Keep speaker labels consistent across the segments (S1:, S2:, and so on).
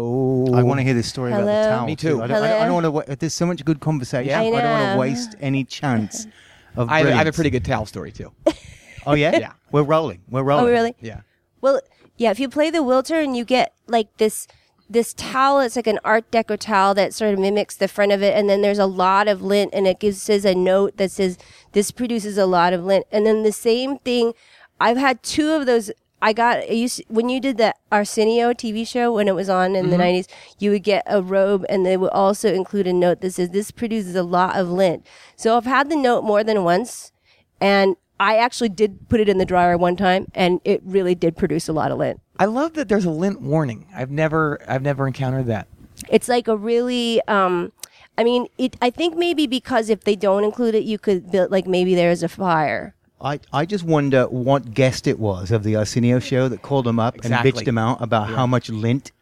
S1: I want to hear this story about
S2: Hello?
S1: the towel.
S2: Me
S1: I
S2: too.
S1: don't, I don't, I
S2: Hello?
S1: don't want to. Wa- there's so much good conversation.
S2: Yeah.
S1: I,
S2: I
S1: don't want to
S2: know.
S1: waste any chance of.
S2: I have, I have a
S1: brilliance.
S2: pretty good towel story too.
S1: Oh yeah,
S2: Yeah.
S1: We're rolling. We're rolling.
S3: Oh, really?
S2: Yeah.
S3: Well, yeah. If you play the Wiltern, you get like this this towel. It's like an Art Deco towel that sort of mimics the front of it, and then there's a lot of lint, and it gives says a note that says this produces a lot of lint, and then the same thing. I've had two of those. I got I used when you did the Arsenio TV show when it was on in the 90s. You would get a robe, and they would also include a note that says this produces a lot of lint. So I've had the note more than once, and I actually did put it in the dryer one time, and it really did produce a lot of lint.
S2: I love that there's a lint warning. I've never I've never encountered that.
S3: It's like a really, um, I mean, it. I think maybe because if they don't include it, you could build like maybe there is a fire.
S1: I, I just wonder what guest it was of the Arsenio show that called them up
S2: Exactly.
S1: and bitched them out about how much lint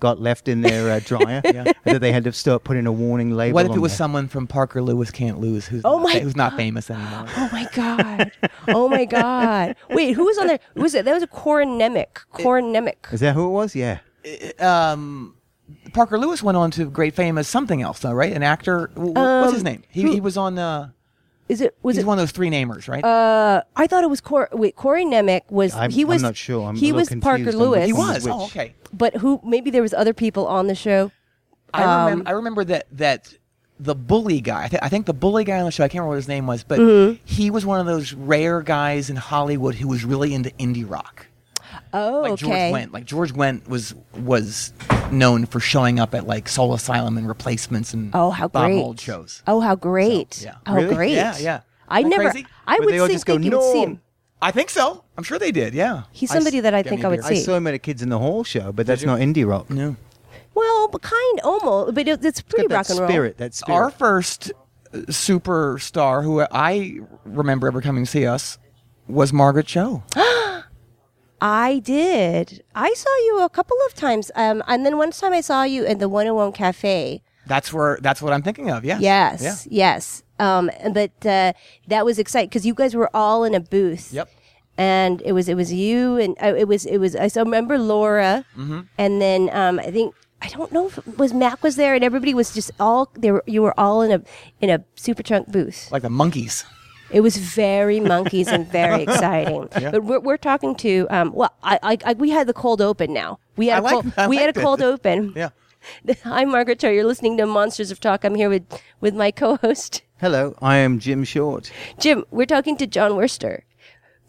S1: got left in their uh, dryer and that they had to start putting a warning label.
S2: What if
S1: on
S2: it was
S1: there.
S2: someone from Parker Lewis Can't Lose who's
S3: Oh
S2: not,
S3: my
S2: who's not famous anymore?
S3: Oh my god! oh my god! Wait, who was on there? Who was it? That was a Coronemic. Coronemic.
S1: Is that who it was? Yeah.
S2: um, Parker Lewis went on to great fame as something else, though, right? An actor. W- w- What's his name? He, he was on. Uh,
S3: Um, Is it? Was
S2: he's
S3: it?
S2: one of those three namers, right?
S3: Uh, I thought it was Cor. Wait, Corey Nemec was
S1: I'm-
S3: he
S1: I'm
S3: was
S1: not sure. I'm a
S3: he
S1: little
S3: was Parker
S1: confused on which
S3: Lewis.
S2: he
S1: one
S2: was. Oh, okay.
S3: But who? Maybe there was other people on the show.
S2: I,
S3: Um,
S2: remember, I remember that that the bully guy. I, th- I think the bully guy on the show. I can't remember what his name was, but
S3: Mm-hmm.
S2: he was one of those rare guys in Hollywood who was really into indie rock.
S3: Oh,
S2: Like
S3: okay.
S2: George Wendt. Like George Wendt was was known for showing up at like Soul Asylum and replacements and
S3: Oh, how
S2: Bob
S3: great!
S2: Mould shows.
S3: Oh, how great!
S2: yeah.
S3: Oh,
S1: Really?
S3: great!
S2: Yeah, yeah.
S3: I
S2: Isn't that
S3: never.
S2: crazy?
S3: I
S1: Where
S3: would
S1: they all
S3: think,
S1: just go,
S3: you would see
S1: "No."
S3: him.
S2: I think so. I'm sure they did. Yeah.
S3: He's
S2: I s-
S3: somebody that I
S2: get
S3: think
S2: me a
S3: I would
S2: beer.
S1: I
S3: see.
S1: saw him at a Kids in the Hall show, but that's not indie rock. No.
S3: Well, but kind, almost, but it, it's pretty
S1: Got that
S3: rock and roll.
S1: spirit. That spirit.
S2: our first uh, superstar who I remember ever coming to see us was Margaret Cho.
S3: I did. I saw you a couple of times, um, and then one time I saw you at the 101 Cafe.
S2: That's where that's what I'm thinking of. Yes.
S3: Yes,
S2: Yeah.
S3: yes. Um, but uh, that was exciting because you guys were all in a booth.
S2: Yep.
S3: And it was it was you and uh, it was it was I so remember Laura,
S2: Mm-hmm.
S3: and then um, I think I don't know if it was Mac was there and everybody was just all they were you were all in a in a super trunk booth.
S2: Like the monkeys.
S3: It was very monkeys and very exciting. But we're, we're talking to um, well, I, I, I we had the cold open now. We had
S2: I
S3: a
S2: like-
S3: cold,
S2: I
S3: we
S2: like
S3: had a
S2: this.
S3: cold open.
S2: Yeah.
S3: I'm Margaret Cho. You're listening to Monsters of Talk. I'm here with with my co-host.
S1: Hello, I am Jim Short.
S3: Jim, we're talking to John Worcester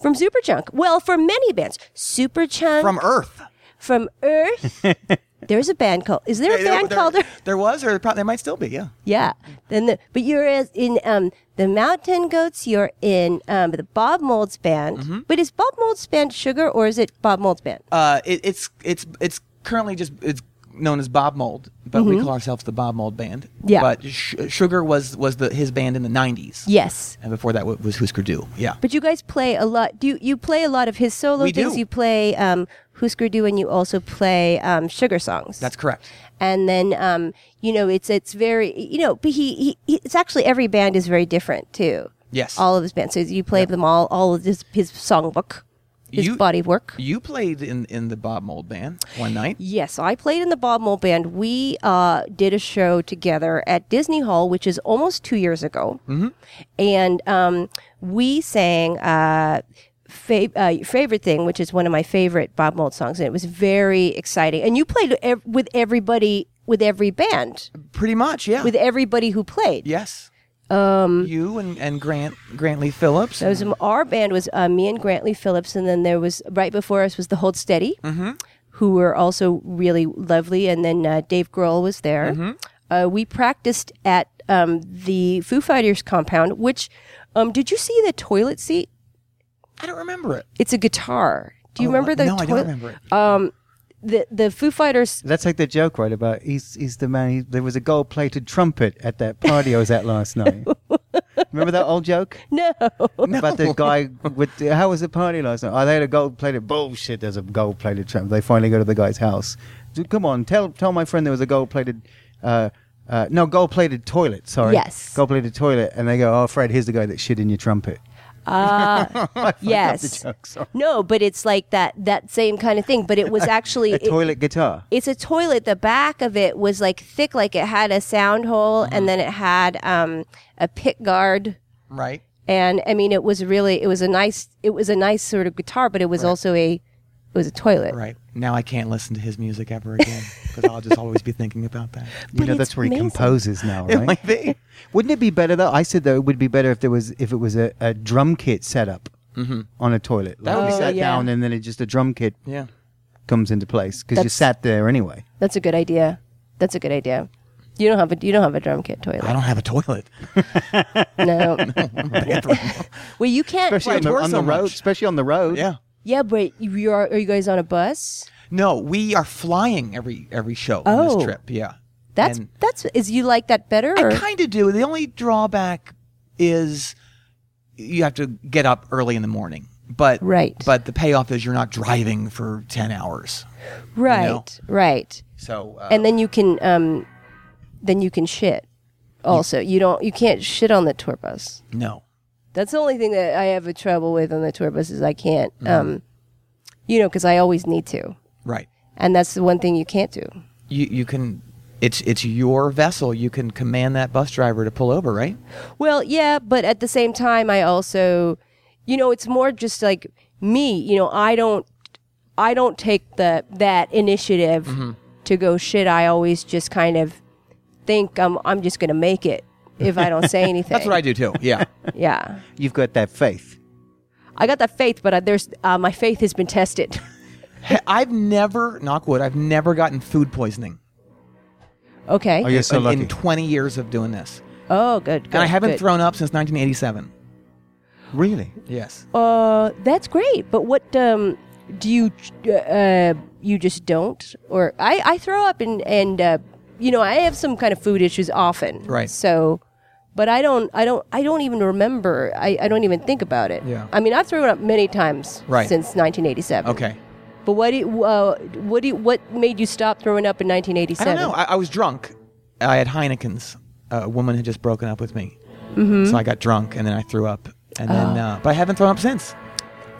S3: from Superchunk. Well, from many bands, Superchunk
S2: From Earth.
S3: from Earth. There's a band called. Is there a
S2: There-
S3: band
S2: there-
S3: called? Earth?
S2: There was, or probably, there might still be. Yeah.
S3: Yeah. Then the but you're as in um the Mountain Goats. You're in um the Bob Mold's band.
S2: Mm-hmm.
S3: But is Bob Mold's band Sugar or is it Bob Mold's band?
S2: Uh, it, it's it's it's currently just it's known as Bob Mold, but we call ourselves the Bob Mold Band.
S3: Mm-hmm. Yeah.
S2: But Sh- Sugar was was the his band in the '90s.
S3: yes.
S2: And before that wa- was Husker Du. Yeah.
S3: But you guys play a lot. Do you, you play a lot of his solo
S2: We
S3: things?
S2: do.
S3: You play um, Husker Du, and you also play um, Sugar songs.
S2: That's correct.
S3: and then um, you know it's it's very you know but he, he, he it's actually every band is very different too
S2: Yes.
S3: all of his bands so you play them all all of his his songbook his
S2: You-
S3: body of work
S2: You played in in the Bob Mold Band one night.
S3: yes i played in the bob mole band we uh, did a show together at disney hall which is almost two years ago mm-hmm. and um, we sang uh, fa- uh, favorite thing, which is one of my favorite Bob Mould songs, and it was very exciting. And you played ev- with everybody, with every band,
S2: Pretty much, yeah.
S3: with everybody who played.
S2: yes. Um, you and, and Grant Grantley Phillips.
S3: It was our band was uh, me and Grantley Phillips, and then there was right before us was the Hold Steady,
S2: Mm-hmm.
S3: who were also really lovely, and then uh, Dave Grohl was there.
S2: Mm-hmm.
S3: Uh, we practiced at um, the Foo Fighters compound. Which um, did you see the toilet seat?
S2: I don't remember it.
S3: It's a guitar. Do you
S2: Oh,
S3: remember the uh,
S2: No, I don't
S3: toilet-
S2: remember it.
S3: The the Foo Fighters
S1: That's like the joke, right? About he's he's the man. He, there was a gold-plated trumpet at that party I was at last night. Remember that old joke?
S3: No.
S1: About the guy with the, how was the party last night? Oh, they had a gold-plated bullshit. There's a gold-plated trumpet. They finally go to the guy's house. Dude, come on, tell tell my friend there was a gold-plated. Uh, uh, no, gold-plated toilet. Sorry,
S3: Yes.
S1: gold-plated toilet. And they go, "Oh, Fred, here's the guy that shit in your trumpet."
S3: Uh, yes.
S1: joke, sorry.
S3: no, but it's like that that same kind of thing. But it was actually it-
S1: Toilet guitar.
S3: it's a toilet. The back of it was like thick, like it had a sound hole,
S2: Uh-huh.
S3: and then it had um, a pick guard.
S2: right?
S3: And I mean, it was really it was a nice it was a nice sort of guitar, but it was also a it was a toilet.
S2: Right. Now I can't listen to his music ever again because I'll just always be thinking about that.
S1: You
S3: But
S1: know,
S3: it's
S1: that's where he
S3: amazing. Oh
S1: composes now, right?
S2: Like they,
S1: Wouldn't it be better though? I said though it would be better if there was if it was a, a drum kit set up on a toilet.
S2: Mm-hmm. That
S1: Like
S2: would
S1: you
S2: be
S1: sat
S3: good.
S1: down
S3: Yeah.
S1: and then it just a drum kit
S2: yeah.
S1: comes into place because you
S3: That's-
S1: sat there anyway.
S3: That's a good idea. That's a good idea. You don't have a you don't have a drum kit
S2: I
S3: toilet.
S2: don't have a toilet.
S3: No. well, you can't.
S1: Especially
S2: I
S1: on the,
S2: tour
S1: on
S2: so
S1: the road.
S2: much.
S1: Especially on the road.
S2: Yeah.
S3: Yeah, but you are are you guys on a bus?
S2: No, we are flying every every show on
S3: Oh.
S2: this trip. Yeah.
S3: That's
S2: And-
S3: that's is you like that better? Or?
S2: I kind of do. The only drawback is you have to get up early in the morning. But
S3: Right.
S2: But the payoff is you're not driving for ten hours.
S3: right, right.
S2: So uh,
S3: And then you can um, then you can shit. Also, you don't you can't shit on the tour bus.
S2: no.
S3: That's the only thing that I have a trouble with on the tour bus is I can't um, you know, because I always need to,
S2: Right.
S3: and that's the one thing you can't do.
S2: You you can. It's it's your vessel. You can command that bus driver to pull over. Right.
S3: Well, yeah, but at the same time, I also, you know, it's more just like me. You know, I don't, I don't take the that initiative to go shit. I always just kind of think I'm I'm just gonna make it if I don't say anything.
S2: That's what I do too. Yeah.
S3: Yeah,
S1: You've got that faith.
S3: I got that faith, but I, there's uh, my faith has been tested.
S2: He- I've never knock wood. I've never gotten food poisoning
S3: okay.
S1: Oh, you're so
S2: in, in
S1: lucky.
S2: 20 years of doing this,
S3: Oh, good. good
S2: and I haven't
S3: good.
S2: thrown up since 1987.
S1: Really?
S2: Yes.
S3: Uh, that's great. But what um, do you uh, you just don't? Or I, I throw up and and uh, you know I have some kind of food issues often.
S2: Right.
S3: So, but I don't I don't I don't even remember. I, I don't even think about it.
S2: Yeah.
S3: I mean I've thrown up many times.
S2: Right.
S3: Since 1987.
S2: Okay.
S3: But what do you, uh, what do you, what made you stop throwing up in
S2: I
S3: 1987?
S2: don't know. I, I was drunk. I had Heineken's. a woman had just broken up with me,
S3: Mm-hmm.
S2: so I got drunk and then I threw up, and
S3: Oh.
S2: then uh, but I haven't thrown up since.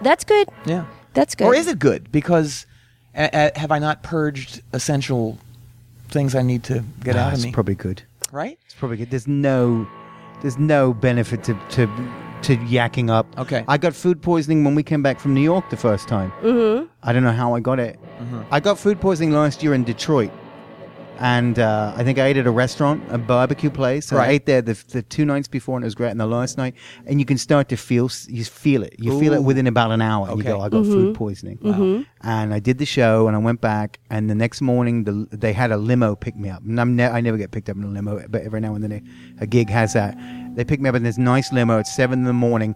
S3: That's good.
S2: Yeah.
S3: That's good.
S2: Or is it good? Because uh, uh, have I not purged essential things I need to get
S1: Ah,
S2: out of
S1: it's
S2: me?
S1: probably good.
S2: right.
S1: It's probably good. There's no, there's no benefit to to to yakking up.
S2: Okay.
S1: I got food poisoning when we came back from New York the first time. Mm-hmm. I don't know how I got it.
S2: Mm-hmm.
S1: I got food poisoning last year in Detroit, and uh, I think I ate at a restaurant, a barbecue place. And I
S2: Right.
S1: ate there the, the two nights before, and it was great. And the last night, and you can start to feel s- you feel it. You feel it
S2: Ooh.
S1: within about an hour. You
S2: Okay.
S1: go, I got food poisoning. And I did the show, and I went back, and the next morning the, they had a limo pick me up. And I'm ne- I never get picked up in a limo, but every now and then a, a gig has that. They pick me up in this nice limo at seven in the morning.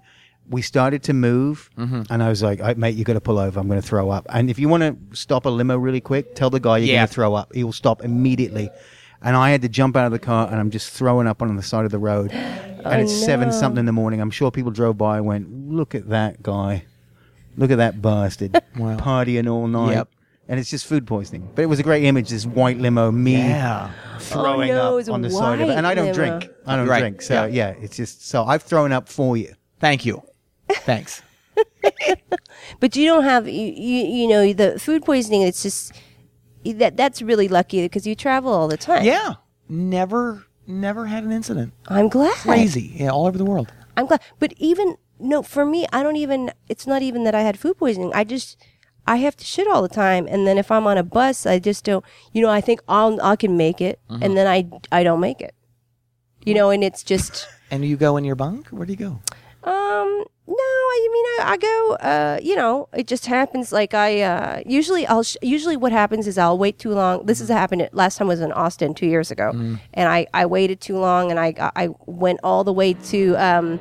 S1: We started to move, and I was like, "All right, "Mate, you got to pull over. I'm going to throw up." And if you want to stop a limo really quick, tell the guy you're
S2: Yeah.
S1: going to throw up. He will stop immediately. And I had to jump out of the car, and I'm just throwing up on the side of the road. And it's seven something in the morning. I'm sure people drove by and went, "Look at that guy." Look at that bastard
S2: Wow.
S1: partying all night.
S2: Yep.
S1: And it's just food poisoning. But it was a great image, this white limo, me
S2: Yeah.
S1: throwing
S3: Oh, no,
S1: up
S3: it's a
S1: on the side of it. And I don't
S3: white limo.
S1: drink. I don't
S2: Right.
S1: drink. So yeah. it's just so I've thrown up for you.
S2: Thank you. Thanks.
S3: But you don't have you, you, you know the food poisoning. It's just that that's really lucky because you travel all the time.
S2: yeah. Never, never had an incident.
S3: I'm glad.
S2: Crazy. Yeah, all over the world.
S3: I'm glad. But even no, for me, I don't even. It's not even that I had food poisoning. I just I have to shit all the time, and then if I'm on a bus, I just don't. You know, I think I'll I can make it,
S2: Mm-hmm.
S3: and then I I don't make it. You know, and it's just
S2: And you go in your bunk? Where do you go?
S3: um no. I mean, I, I go. Uh, you know, it just happens. Like I uh, usually I'll sh- usually what happens is I'll wait too long. This
S2: Mm.
S3: has happened. at- Last time was in Austin two years ago, and I I waited too long, and I got- I went all the way to um.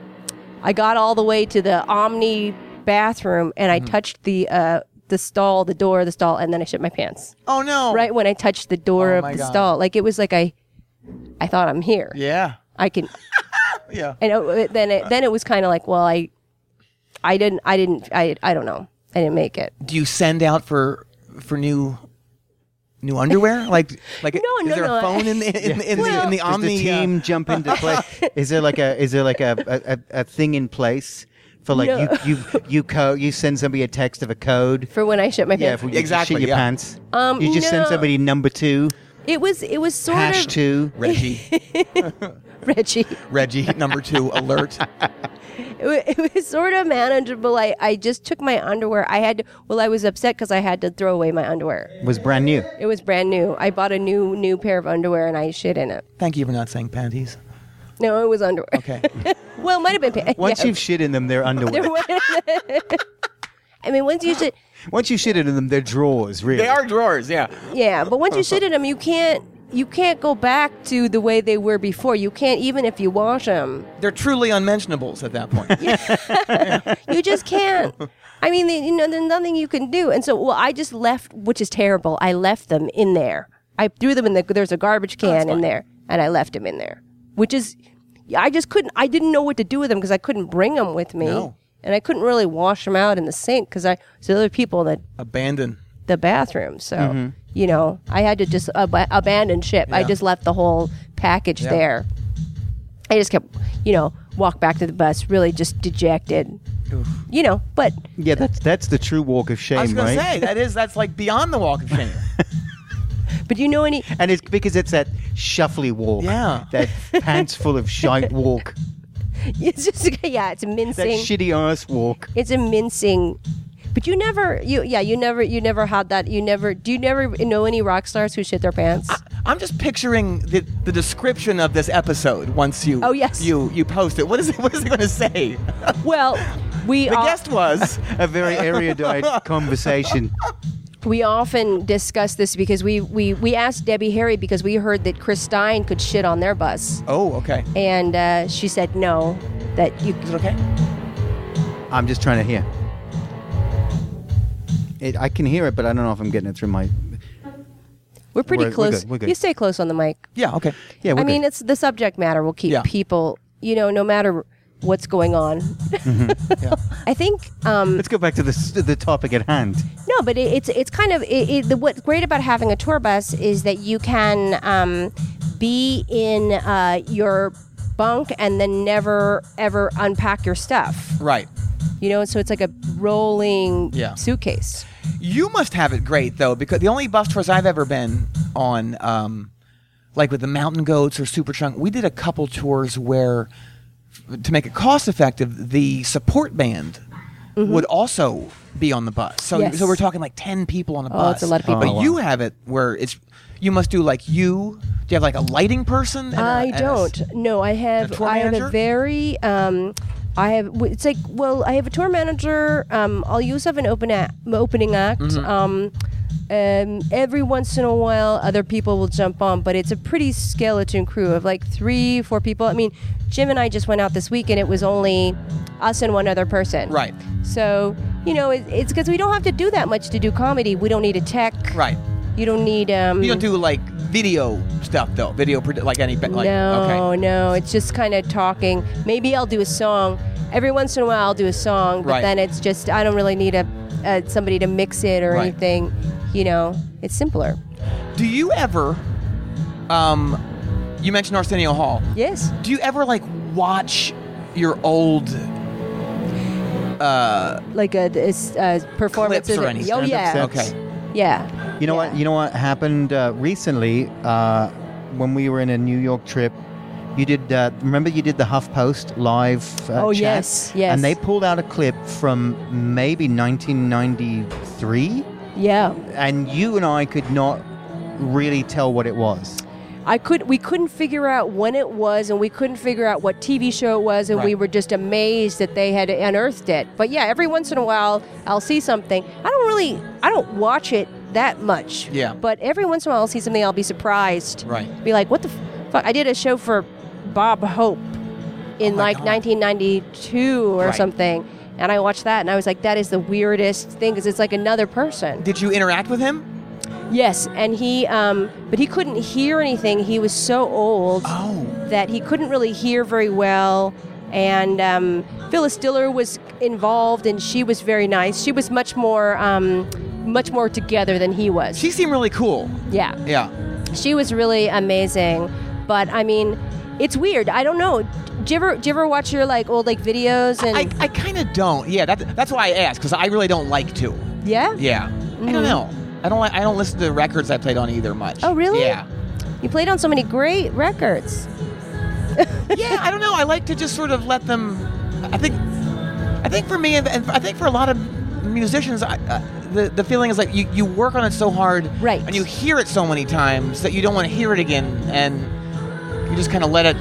S3: I got all the way to the Omni bathroom and
S2: Mm-hmm.
S3: I touched the uh, the stall, the door, of the stall, and then I shit my pants.
S2: Oh no.
S3: Right when I touched the door
S2: Oh,
S3: of
S2: my
S3: the
S2: God.
S3: stall, like it was like I, I thought I'm here.
S2: Yeah.
S3: I can.
S2: Yeah.
S3: And it, then it then it was kind of like, well, I, I didn't, I didn't, I, I don't know, I didn't make it.
S2: Do you send out for for new new underwear? Like like
S3: No,
S2: is
S3: no,
S2: there
S3: no.
S2: a phone in the in, in, the, in the
S1: Does
S2: Omni
S1: the team
S2: uh,
S1: jump into play? Is there like a is there like a, a, a, a thing in place for like
S3: No.
S1: you you you co- you send somebody a text of a code.
S3: for when I shut my
S1: Yeah,
S3: pants.
S1: if we exactly,
S2: Exactly,
S1: shit your
S2: yeah.
S1: pants.
S3: Um,
S1: you just send
S3: no.
S1: somebody number two,
S3: it was it was sort
S1: hash
S3: of
S1: two.
S2: Reggie,
S3: Reggie.
S2: Reggie, number two, alert.
S3: It, wa- it was sort of manageable. I I just took my underwear. I had to, well, I was upset because I had to throw away my underwear.
S1: Was brand new.
S3: It was brand new. I bought a new new pair of underwear and I shit in it.
S2: Thank you for not saying panties.
S3: No, it was underwear.
S2: Okay.
S3: well, it might have been pants.
S1: Once
S3: yeah.
S1: you've shit in them, they're underwear.
S3: I mean, once you shit,
S1: Once you shit in them, they're drawers. Really,
S2: They are drawers, yeah.
S3: yeah, but once you shit in them, you can't you can't go back to the way they were before. You can't even if you wash them.
S2: They're truly unmentionables at that point.
S3: You just can't. I mean, they- you know, there's nothing you can do. And so, well, I just left, which is terrible. I left them in there. I threw them in the. There's a garbage can in there, and I left them in there, which is, I just couldn't. I didn't know what to do with them because I couldn't bring them with me,
S2: No.
S3: and I couldn't really wash them out in the sink because I there's other people that
S2: Abandon.
S3: the bathroom. So, you know, I had to just ab- abandon ship. I
S2: Yeah.
S3: just left the whole package
S2: Yeah.
S3: there. I just kept, you know, walked back to the bus, really just dejected. You know, but
S1: Yeah, that's that's the true walk of shame,
S2: I was gonna
S1: right?
S2: say that is that's like beyond the walk of shame.
S3: but you know any
S1: And it's because it's that shuffly walk.
S2: Yeah.
S1: That pants full of shite walk.
S3: it's just yeah, it's
S1: That
S3: mincing.
S1: shitty ass walk.
S3: it's a mincing. But you never you yeah, you never you never had that. You never do you never know any rock stars who shit their pants?
S2: I'm just picturing the, the description of this episode once you
S3: Oh, yes.
S2: you you post it. What is it what is it gonna say?
S3: well, we
S2: The
S3: all-
S2: guest was
S1: A very erudite conversation.
S3: We often discuss this because we, we, we asked Debbie Harry because we heard that Chris Stein could shit on their bus.
S2: Oh, okay.
S3: And uh, she said no, that you.
S2: Is it okay?
S1: I'm just trying to hear. It, I can hear it, but I don't know if I'm getting it through my.
S3: We're pretty
S1: We're- we're
S3: close.
S1: good, we're good.
S3: You stay close on the mic.
S2: Yeah, okay.
S1: Yeah, we're
S3: I mean,
S1: good.
S3: it's the subject matter will keep
S2: Yeah.
S3: people, you know, no matter what's going on.
S2: Mm-hmm. Yeah.
S3: I think um,
S1: Let's go back to the s- the topic at hand.
S3: no, but it, it's it's kind of it, it, the, what's great about having a tour bus is that you can um, be in uh, your bunk and then never ever unpack your stuff.
S2: Right.
S3: you know so it's like a rolling
S2: Yeah.
S3: suitcase
S2: You must have it great though, because the only bus tours I've ever been on, um, like with the Mountain Goats or Superchunk, we did a couple tours where, f- to make it cost effective, the support band would also be on the bus. So,
S3: Mm-hmm. Yes.
S2: so we're talking like ten people on a
S3: Oh,
S2: bus.
S3: it's a lot of people.
S2: But
S1: Oh, wow.
S2: you have it where it's you must do like you. Do you have like a lighting person? and a-
S3: i
S2: and a s-
S3: don't no i
S2: a
S3: have
S2: tour
S3: i have a
S2: manager?
S3: very um i have w- it's like well i have a tour manager um i'll use have an open a- opening act
S2: Mm-hmm.
S3: um um, every once in a while, other people will jump on, but it's a pretty skeleton crew of like three, four people. I mean, Jim and I just went out this week, and it was only us and one other person.
S2: Right.
S3: So you know, it, it's because we don't have to do that much to do comedy. We don't need a tech.
S2: Right.
S3: You don't need. Um,
S2: You don't do like video stuff though. Video produ- like any ba- like
S3: no,
S2: okay.
S3: no, it's just kind of talking. Maybe I'll do a song. Every once in a while, I'll do a song, but
S2: Right.
S3: then it's just I don't really need a, uh somebody to mix it or
S2: Right.
S3: anything. You know, it's simpler.
S2: Do you ever, um, you mentioned Arsenio Hall.
S3: Yes.
S2: Do you ever like watch your old? Uh,
S3: Like a, this, uh performance.
S2: Clips or
S3: of-
S2: anything.
S3: Oh yeah,
S1: That's-
S2: okay.
S3: yeah.
S1: You know
S3: Yeah.
S1: what? You know what happened uh, recently uh, when we were in a New York trip. You did uh, remember you did the HuffPost live. Uh,
S3: Oh,
S1: chat?
S3: yes, yes.
S1: And they pulled out a clip from maybe 1993,
S3: Yeah.
S1: and you and I could not really tell what it was.
S3: I could we couldn't figure out when it was and we couldn't figure out what TV show it was and we
S2: Right.
S3: were just amazed that they had unearthed it. But yeah, every once in a while I'll see something. I don't really I don't watch it that much.
S2: Yeah.
S3: But every once in a while I'll see something I'll be surprised.
S2: Right.
S3: Be like, "What the fuck? I did a show for Bob Hope in
S2: Oh my
S3: like
S2: God.
S3: 1992 or
S2: Right.
S3: something." And I watched that and I was like, "That is the weirdest thing cuz it's like another person."
S2: did you interact with him?
S3: Yes, and he, um, but he couldn't hear anything. He was so old
S2: Oh,
S3: that he couldn't really hear very well. And um, Phyllis Diller was involved, and she was very nice. She was much more, um, much more together than he was.
S2: she seemed really cool.
S3: yeah,
S2: Yeah.
S3: she was really amazing. But I mean, It's weird. I don't know. Do you ever, do you ever watch your like old like videos and
S2: I, I kind of don't. Yeah, that, that's why I asked because I really don't like to.
S3: yeah?
S2: Yeah, I don't know. I don't. Like, I don't listen to the records I played on either much.
S3: Mm. Oh, really?
S2: Yeah.
S3: You played on so many great records.
S2: yeah, I don't know. I like to just sort of let them. I think, I think for me, and and I think for a lot of musicians, I, uh, the the feeling is like you, you work on it so hard,
S3: Right.
S2: And you hear it so many times that you don't want to hear it again, and you just kind of let it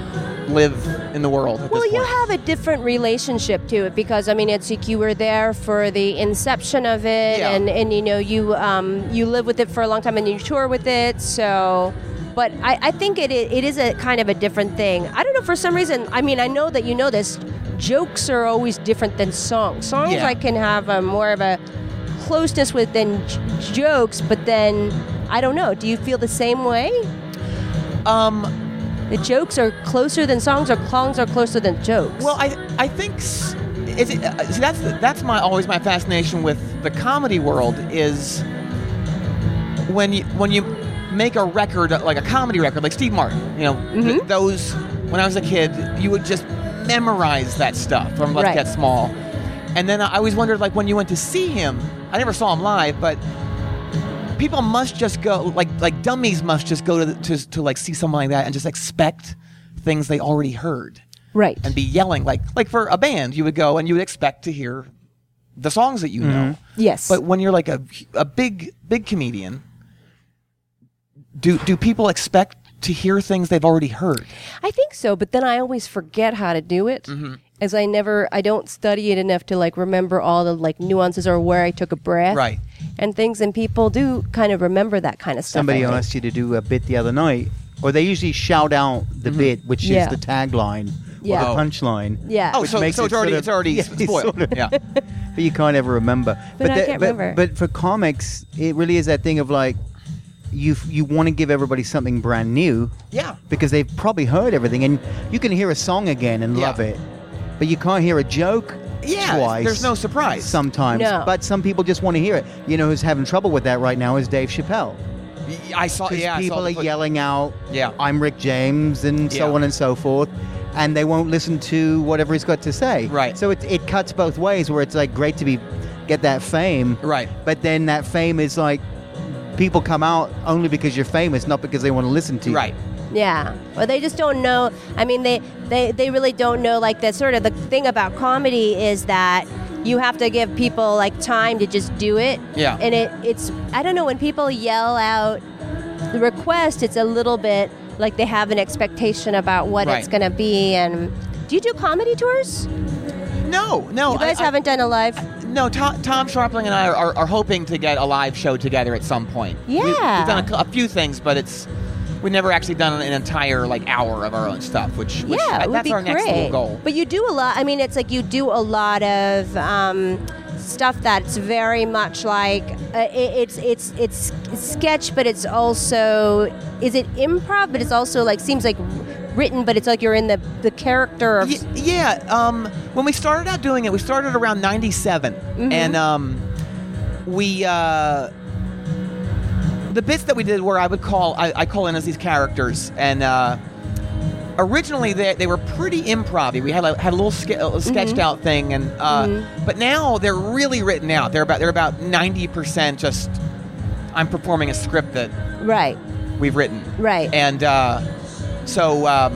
S2: live in the world. At
S3: Well,
S2: this
S3: you
S2: point.
S3: have a different relationship to it because I mean, it's like you were there for the inception of it,
S2: Yeah.
S3: and and you know you um you live with it for a long time and you tour with it, so. But I, I think it i- it is a kind of a different thing. I don't know for some reason. I mean, I know that you know this. Jokes are always different than songs. Songs
S2: Yeah.
S3: I can have a more of a closeness with than j- jokes, but then I don't know. Do you feel the same way?
S2: um.
S3: The jokes are closer than songs, or songs are closer than jokes.
S2: Well, I I think s- is it, uh, see that's that's my always my fascination with the comedy world is when you when you make a record uh, like a comedy record like Steve Martin, you know, th- those when I was a kid, you would just memorize that stuff from Let's
S3: Right.
S2: Get Small. And then I always wondered like when you went to see him, I never saw him live, but people must just go like like dummies must just go to, the, to to like see someone like that and just expect things they already heard
S3: right.
S2: and be yelling like like for a band you would go and you would expect to hear the songs that you know
S3: Yes.
S2: but when you're like a a big big comedian do do people expect to hear things they've already heard
S3: I think so, but then I always forget how to do it.
S2: Mm-hmm.
S3: As I never, I don't study it enough to like remember all the like nuances or where I took a breath,
S2: Right.
S3: And things, and people do kind of remember that kind of stuff.
S1: somebody
S3: I think.
S1: asked you to do a bit the other night, or they usually shout out the bit, which
S3: Mm-hmm. Yeah.
S1: is the tagline
S3: Yeah.
S1: or
S3: Oh.
S1: the punchline.
S3: Yeah.
S2: oh
S1: which
S2: so,
S1: makes
S2: so
S1: it
S2: it's already
S1: sort of-
S2: it's already
S1: yeah, it's
S2: spoiled
S1: sort of-
S2: yeah
S1: but you can't ever remember.
S3: But I
S1: that-
S3: can't remember.
S1: But for comics, it really is that thing of like, you you want to give everybody something brand new.
S2: Yeah.
S1: Because they've probably heard everything, and you can hear a song again and
S2: Yeah.
S1: love it, but you can't hear a joke.
S2: Yeah,
S1: twice.
S2: there's no surprise.
S1: sometimes.
S3: No.
S1: But some people just want to hear it. You know who's having trouble with that right now is Dave Chappelle.
S2: Y- i saw
S1: Because
S2: Oh, yeah I saw
S1: people
S2: the
S1: are
S2: clip.
S1: yelling out,
S2: Yeah.
S1: I'm Rick James, and so
S2: Yeah.
S1: on and so forth, and they won't listen to whatever he's got to say.
S2: Right.
S1: So it, it cuts both ways, where it's like great to be get that fame,
S2: Right.
S1: But then that fame is like people come out only because you're famous, not because they want to listen to you.
S2: right
S3: Yeah. Or they just don't know. I mean, they, they, they really don't know. Like, the sort of the thing about comedy is that you have to give people, like, time to just do it.
S2: Yeah.
S3: And it, it's, I don't know, when people yell out the request, it's a little bit like they have an expectation about what
S2: Right.
S3: it's going to be. And do you do comedy tours?
S2: no no
S3: You guys
S2: I, I-
S3: haven't done a live.
S2: no tom, tom sharpling and i are, are, are hoping to get a live show together at some point
S3: yeah.
S2: We, have done a cou- a, few things, but it's we've never actually done an entire like hour of our own stuff, which, which
S3: yeah,
S2: that-
S3: it would
S2: that's
S3: be
S2: our
S3: great.
S2: next little goal.
S3: But you do a lot. I mean, it's like you do a lot of um, stuff that's very much like uh, it, it's it's it's sketch, but it's also is it improv? But it's also like seems like written, but it's like you're in the the character of
S2: Y- yeah, um, when we started out doing it, we started around '97, and um, we uh, the bits that we did were I would call I, I call in as these characters, and uh, originally they, they were pretty improv. We had a, had a little ske- a sketched out thing, and uh, but now they're really written out. They're about they're about ninety percent just I'm performing a script that
S3: right,
S2: we've written,
S3: right.
S2: and uh, so um,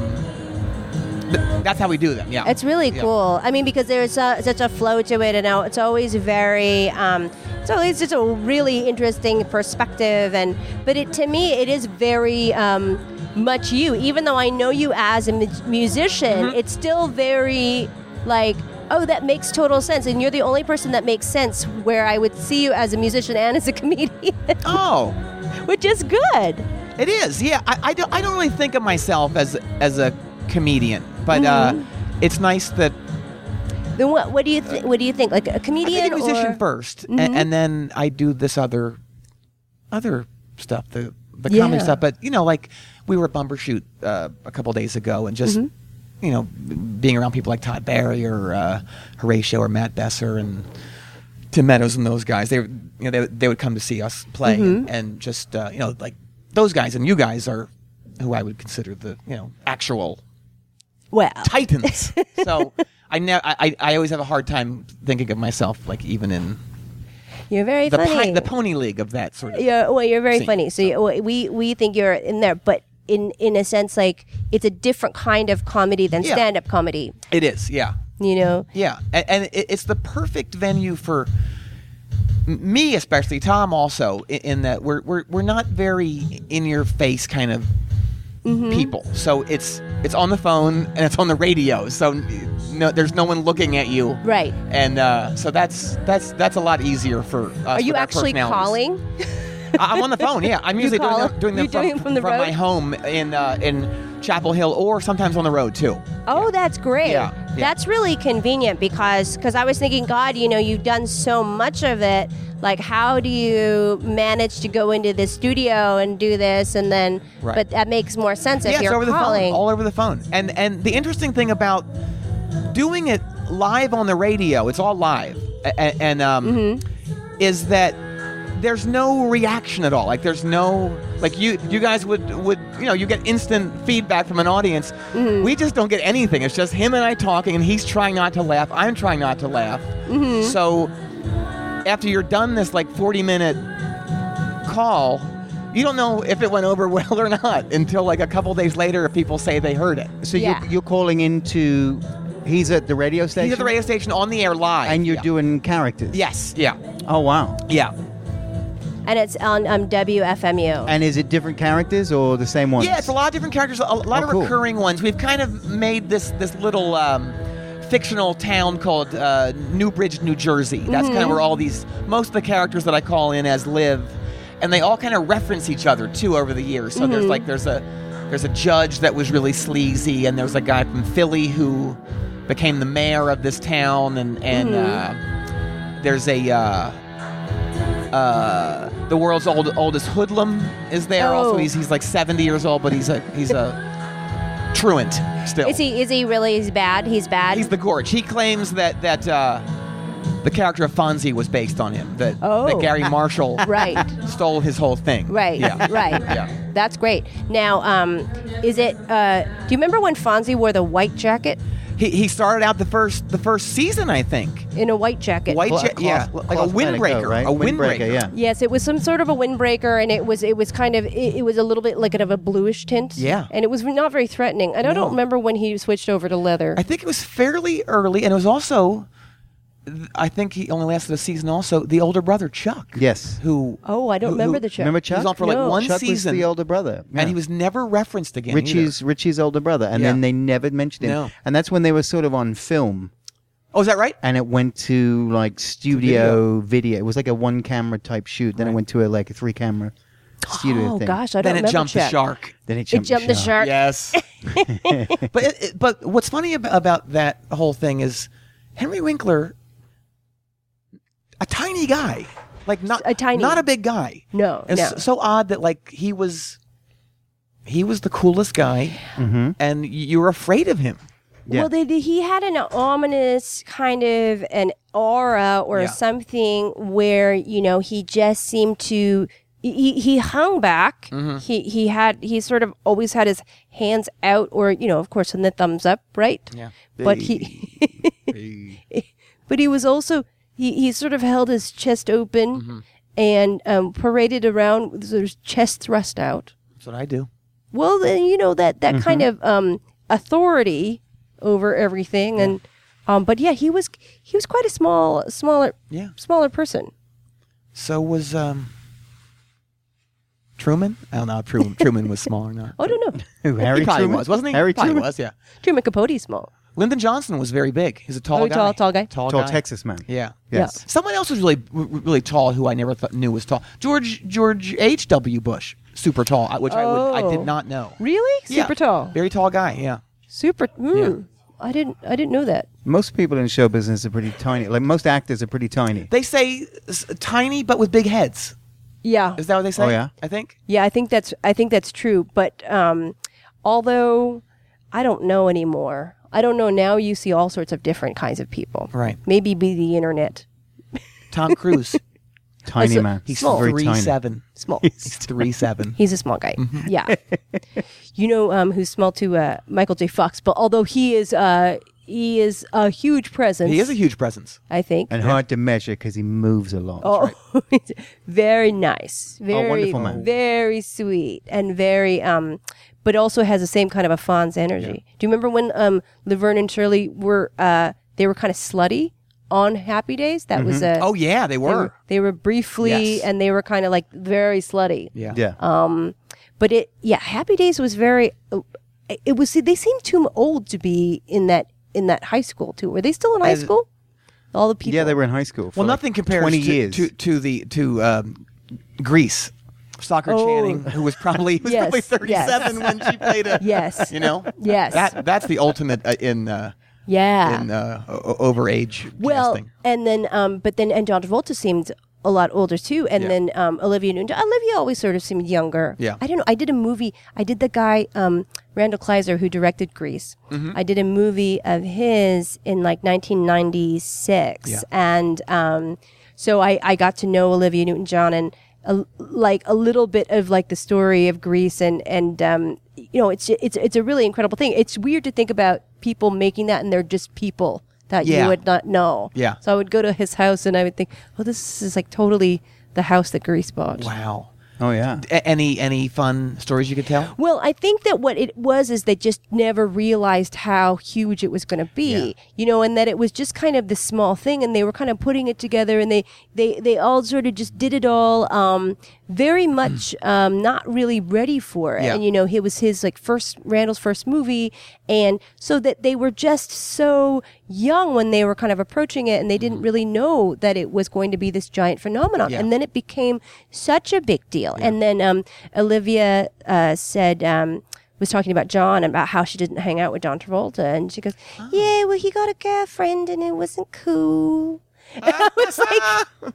S2: th- that's how we do them. Yeah,
S3: It's really
S2: Yeah.
S3: cool. I mean, because there's uh such a flow to it, and uh, it's always very. Um, it's always just a really interesting perspective, and but it to me it is very um, much you. Even though I know you as a mu- musician,
S2: Mm-hmm.
S3: it's still very like. Oh, that makes total sense, and you're the only person that makes sense where I would see you as a musician and as a comedian,
S2: oh.
S3: which is good.
S2: It is, yeah. I, I, don't, I don't really think of myself as as a comedian, but uh, it's nice that
S3: Then what? What do you th- What do you think? Like a comedian
S2: I think a musician
S3: or Mm-hmm.
S2: first, a- and, then I do this other other stuff, the the comedy
S3: Yeah.
S2: stuff. But you know, like we were at Bumbershoot uh, a couple days ago, and just
S3: Mm-hmm.
S2: you know, being around people like Todd Barry or uh, Horatio or Matt Besser and Tim Meadows and those guys. They were- you know they, would- they would come to see us play, and,
S3: Mm-hmm.
S2: and just uh, you know like those guys and you guys are who I would consider the you know actual
S3: Well,
S2: titans. so I, ne- I I I always have a hard time thinking of myself like even in
S3: you're very
S2: the
S3: funny.
S2: pi- the pony league of that sort of.
S3: Yeah, well, you're very
S2: Same.
S3: funny. So you, well, we we think you're in there, but in in a sense, like it's a different kind of comedy than
S2: Yeah.
S3: stand up comedy.
S2: It is, yeah,
S3: You know,
S2: yeah, and, and it, it's the perfect venue for m- me, especially Tom, also i- in that we're we're we're not very in your face kind of
S3: Mm-hmm.
S2: people. So it's it's on the phone and it's on the radio. So no, there's no one looking at you,
S3: right?
S2: And uh, so that's that's that's a lot easier for. Us
S3: Are you
S2: with our
S3: actually
S2: personalities.
S3: calling?
S2: I- I'm on the phone. Yeah, I'm usually doing
S3: call-
S2: them, doing them
S3: you're
S2: from,
S3: doing it from the road?
S2: my home in uh, in Chapel Hill, or sometimes on the road too.
S3: Oh, that's great.
S2: Yeah, yeah.
S3: That's really convenient because because I was thinking, God, you know, you've done so much of it. Like, how do you manage to go into the studio and do this, and then?
S2: Right.
S3: But that makes more sense if
S2: yeah,
S3: you're
S2: it's over the
S3: calling.
S2: phone, all over the phone. And and the interesting thing about doing it live on the radio, it's all live, and, and um,
S3: Mm-hmm.
S2: is that there's no reaction at all. Like there's no like you you guys would would you know you get instant feedback from an audience.
S3: Mm-hmm.
S2: We just don't get anything. It's just him and I talking, and he's trying not to laugh. I'm trying not to laugh.
S3: Mm-hmm.
S2: So after you're done this like 40 minute call, you don't know if it went over well or not until like a couple days later if people say they heard it.
S1: So
S3: Yeah.
S1: you're, you're calling into. He's at the radio station.
S2: He's at the radio station on the air live.
S1: And you're
S2: Yeah.
S1: doing characters.
S2: Yes. Yeah.
S1: Oh wow.
S2: Yeah.
S3: and it's on um, WFMU.
S1: And is it different characters or the same ones?
S2: Yeah, it's a lot of different characters, a lot
S1: Oh,
S2: of
S1: cool.
S2: recurring ones. We've kind of made this this little um, fictional town called uh, Newbridge, New Jersey. That's kind of where all these most of the characters that I call in as live, and they all kind of reference each other too over the years. So there's like there's a there's a judge that was really sleazy, and there's a guy from Philly who became the mayor of this town, and and uh, there's a. Uh, uh, the world's old, oldest hoodlum is there. Also,
S3: Oh.
S2: he's, he's like 70 years old, but he's a he's a truant still.
S3: Is he is he really he's bad? He's bad.
S2: He's the gorge. He claims that that uh, the character of Fonzie was based on him. That,
S3: Oh.
S2: that Gary Marshall
S3: right.
S2: stole his whole thing.
S3: Right.
S2: Yeah.
S3: Right.
S2: Yeah.
S3: That's great. Now, um, is it? Uh, do you remember when Fonzie wore the white jacket?
S2: He, he started out the first the first season, I think.
S3: In a white jacket.
S2: White,
S1: Cloth-
S2: ja- yeah,
S1: cloth-
S2: like a
S1: cloth medic,
S2: windbreaker,
S1: though, right?
S2: a windbreaker.
S1: Yeah.
S3: Yes, it was some sort of a windbreaker, and it was it was kind of it, it was a little bit like kind of a bluish tint.
S2: Yeah.
S3: and it was not very threatening. And I
S2: No.
S3: don't remember when he switched over to leather.
S2: I think it was fairly early, and it was also. th- I think he only lasted a season. Also, the older brother Chuck.
S1: Yes.
S2: Who?
S3: oh, I don't
S2: who-
S3: remember
S2: who-
S3: the Chuck.
S1: Remember Chuck?
S2: He was on for like
S3: No.
S2: one
S1: Chuck
S2: season,
S1: was the older brother, Yeah.
S2: and he was never referenced again. either.
S1: Richie's Richie's older brother, and
S2: Yeah.
S1: then they never mentioned him.
S2: No.
S1: And that's when they were sort of on film,
S2: Oh, is that right?
S1: and it went to like studio video. It was like a one camera type shoot. Then it went to a like a three camera studio
S3: Oh
S1: thing.
S3: gosh, I
S2: then
S3: don't remember
S2: it jumped
S3: Chuck.
S2: the shark.
S1: Then it
S3: It
S1: jumped,
S3: jumped the shark.
S2: Yes. but it, it- but what's funny ab- about that whole thing is Henry Winkler, a tiny guy, like not
S3: A tiny-
S2: not a big guy.
S3: No,
S2: it's
S3: no.
S2: so- so odd that like he was he was the coolest guy,
S1: Mm-hmm.
S2: and y- you were afraid of him.
S1: Yeah.
S3: Well, they, they- he had an ominous kind of an aura or
S2: Yeah.
S3: something where you know he just seemed to he, he hung back. He he had he sort of always had his hands out, or you know, of course, in the thumbs up, right?
S2: Yeah.
S3: But he but he was also he he sort of held his chest open and um, paraded around with his chest thrust out.
S2: That's what I do.
S3: Well, then you know that that kind
S2: Mm-hmm.
S3: of um, authority over everything, and um, but yeah, he was he was quite a small smaller
S2: Yeah.
S3: smaller person.
S2: So was um. Truman? I don't know if Truman, Truman was small or not.
S3: Oh, I don't know.
S1: Who, Harry
S2: he probably
S1: Truman?
S2: was, wasn't he?
S1: Harry
S2: probably
S1: Truman?
S2: was, yeah.
S3: Truman Capote's small.
S2: Lyndon Johnson was very big. He's a tall
S3: Very
S2: guy.
S3: tall, tall guy.
S2: Tall,
S1: Tall
S2: guy.
S1: Texas man.
S2: Yeah.
S1: Yes.
S2: Someone else was really, r- r- really tall who I never th- knew was tall. George George H. W. Bush, super tall, I- which I would, I
S3: Oh.
S2: did not know.
S3: Really?
S2: Yeah.
S3: Super tall.
S2: Very tall guy. Yeah.
S3: Super. Mm, I didn't I didn't know that.
S1: Most people in show business are pretty tiny. Like most actors are pretty tiny.
S2: They say s- tiny but with big heads.
S3: Yeah.
S2: Is that what they say?
S1: Oh, yeah.
S2: I think.
S3: Yeah, I think that's I think that's true. But um, although I don't know anymore, I don't know now. You see all sorts of different kinds of people.
S2: Right.
S3: Maybe be the internet.
S2: Tom Cruise.
S1: Tiny
S3: so-
S1: man.
S2: He's
S3: Small.
S2: three
S1: very tiny.
S2: seven.
S3: Small.
S2: He's three seven.
S3: He's a small guy.
S2: Mm-hmm.
S3: Yeah. you know um, who's small to uh, Michael J. Fox, but although he is uh, he is a huge presence.
S2: he is a huge presence.
S3: I think.
S1: and hard to measure because he moves a lot.
S3: oh, very nice. Very
S1: wonderful man.
S3: very sweet and very um but also has the same kind of a Fonz energy. Do you remember when um Laverne and Shirley were uh they were kind of slutty on Happy Days? That was a
S2: Oh yeah, they
S3: they
S2: were.
S3: were, they were briefly
S2: Yes.
S3: and they were kind of like very slutty.
S2: Yeah.
S1: Yeah.
S3: oh. but it yeah happy days was very uh, it was they seemed too old to be in that in that high school too were they still in high
S2: As-
S3: school all the people
S1: yeah, they were in high school. For
S2: Well,
S1: like
S2: nothing compares
S1: 20
S2: to,
S1: years.
S2: to to the to um, Greece. Soccer
S3: Oh.
S2: Channing, who was probably he was
S3: Yes,
S2: probably
S3: yes.
S2: 37 when she played a
S3: yes
S2: you know
S3: Yes.
S2: that that's the ultimate uh, in uh,
S3: yeah
S2: in uh, o- o- overage
S3: well
S2: casting.
S3: and then um but then and john travolta seemed a lot older too and
S2: Yeah.
S3: then um olivia newton olivia always sort of seemed younger
S2: Yeah.
S3: i don't know i did a movie i did the guy um randall kleiser who directed grease
S2: Mm-hmm.
S3: i did a movie of his in like 1996
S2: Yeah.
S3: and um so i i got to know olivia newton john and a, like a little bit of like the story of Greece and and um, you know it's it's it's a really incredible thing. It's weird to think about people making that and they're just people that you
S2: Yeah.
S3: would not know.
S2: Yeah.
S3: So I would go to his house and I would think, oh, this is like totally the house that Grease bought.
S2: Wow.
S1: oh yeah.
S2: A- any any fun stories you could tell?
S3: Well, I think that what it was is they just never realized how huge it was going to be,
S2: Yeah.
S3: you know, and that it was just kind of this small thing, and they were kind of putting it together, and they they they all sort of just did it all, um, very much um, not really ready for it,
S2: Yeah.
S3: and you know, it was his like first Randall's first movie, and so that they were just so young when they were kind of approaching it, and they didn't really know that it was going to be this giant phenomenon,
S2: Mm-hmm. Yeah.
S3: and then it became such a big deal, and then um, Olivia uh, said. Um, was talking about John and about how she didn't hang out with John Travolta, and she goes,
S2: Ah.
S3: "Yeah, well, he got a girlfriend, and it wasn't cool." And I was like, I was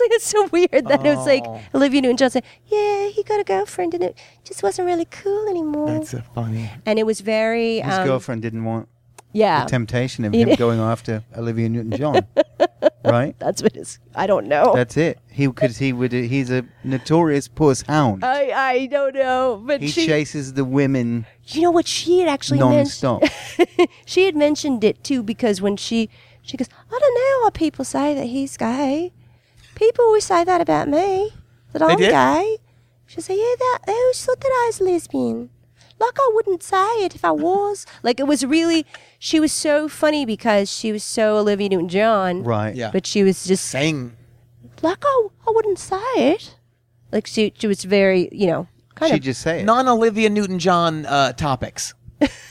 S3: like, it's so weird that it was like
S2: Oh.
S3: Olivia Newton John said, "Yeah, he got a girlfriend, and it just wasn't really cool anymore."
S2: That's a funny.
S3: and it was very,
S1: His
S3: um,
S1: girlfriend didn't want
S3: yeah,
S1: the temptation of him going after Olivia Newton-John, right?
S3: that's what it is. I don't know.
S1: That's it. He because he would. He's a notorious puss hound.
S3: I I don't know, but
S1: he
S3: Uh, she,
S1: chases the women
S3: you know what she had actually mentioned.
S1: non-stop.
S3: she had mentioned it too because when she she goes, I don't know why people say that he's gay. People always say that about me, that I'm
S2: did?
S3: gay. She said, Yeah, that they always thought that I was lesbian. Like I wouldn't say it if I was. like it was really. She was so funny because she was so Olivia Newton John,
S1: right.
S2: Yeah.
S3: But she was just
S2: Saying
S3: like I, I wouldn't say it. Like she she was very you know kind
S1: She
S3: of
S1: just say it.
S2: non Olivia Newton John uh, topics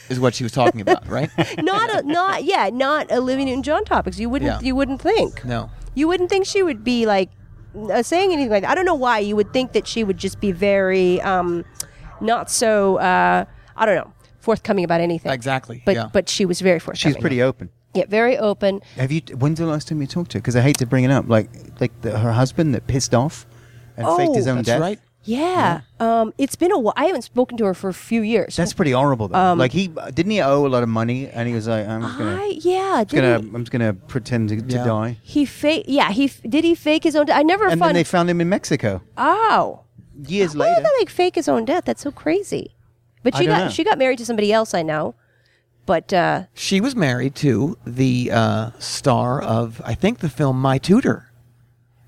S2: is what she was talking about, right?
S3: not a, not yeah not Olivia Newton John topics. You wouldn't
S2: Yeah.
S3: you wouldn't think.
S2: No.
S3: You wouldn't think she would be like uh, saying anything like that. I don't know why you would think that she would just be very um, not so uh, I don't know forthcoming about anything.
S2: Exactly.
S3: But
S2: yeah.
S3: but she was very
S1: She's
S3: forthcoming.
S1: pretty open.
S3: yeah, very open.
S1: Have you? When's the last time you talked to her? Because I hate to bring it up. Like like the, her husband that pissed off and faked his
S3: Oh,
S1: own
S2: that's
S1: death.
S2: right.
S3: Yeah. Um, it's been a while. I haven't spoken to her for a few years.
S1: That's pretty horrible. Though. like he didn't he owe a lot of money, and he was like, I'm just gonna,
S3: Um, I yeah.
S1: just gonna
S3: Did
S1: I'm just gonna pretend to, to
S2: Yeah.
S1: die.
S3: he, he fake? Yeah. He f- did he fake his own? de- I never
S1: And then
S3: found.
S1: they found him in Mexico
S3: oh.
S1: years
S3: Why
S1: later.
S3: did that like fake his own death? That's so crazy. But
S1: I
S3: she
S1: don't
S3: got
S1: know.
S3: she got married to somebody else I know. But uh,
S2: She was married to the uh, star of, I think, the film My Tutor,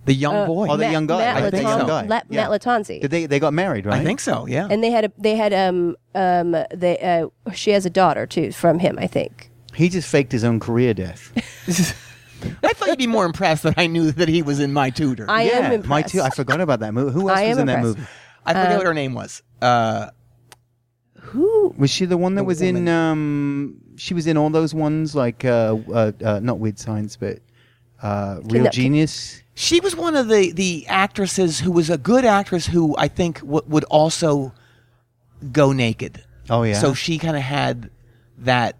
S2: the young boy.
S1: Oh, the
S3: Matt-
S1: young guy.
S3: Matt
S1: I think young
S2: Laton-
S1: guy.
S3: Lat-
S1: Yeah.
S3: Matt Latanzi.
S1: Did they? They got married, right?
S2: I think so. Yeah.
S3: and they had a they had um um they uh she has a daughter too from him I think.
S1: he just faked his own career death.
S2: I thought you'd be more impressed that I knew that he was in My Tutor.
S3: I am
S1: yeah,
S3: impressed.
S1: my two. I forgot about that movie. Who else
S3: I
S1: was
S3: am
S1: in that
S3: impressed.
S1: movie?
S2: I forget what her name was. Uh,
S3: Who?
S1: Was she the one that was in?
S2: woman.
S1: Um, she was in all those ones like uh, uh, uh, not Weird Science, but uh, Real
S3: Kidnap-
S1: Genius.
S2: She was one of the, the actresses who was a good actress who I think w- would also go naked.
S1: Oh yeah.
S2: So she kind of had that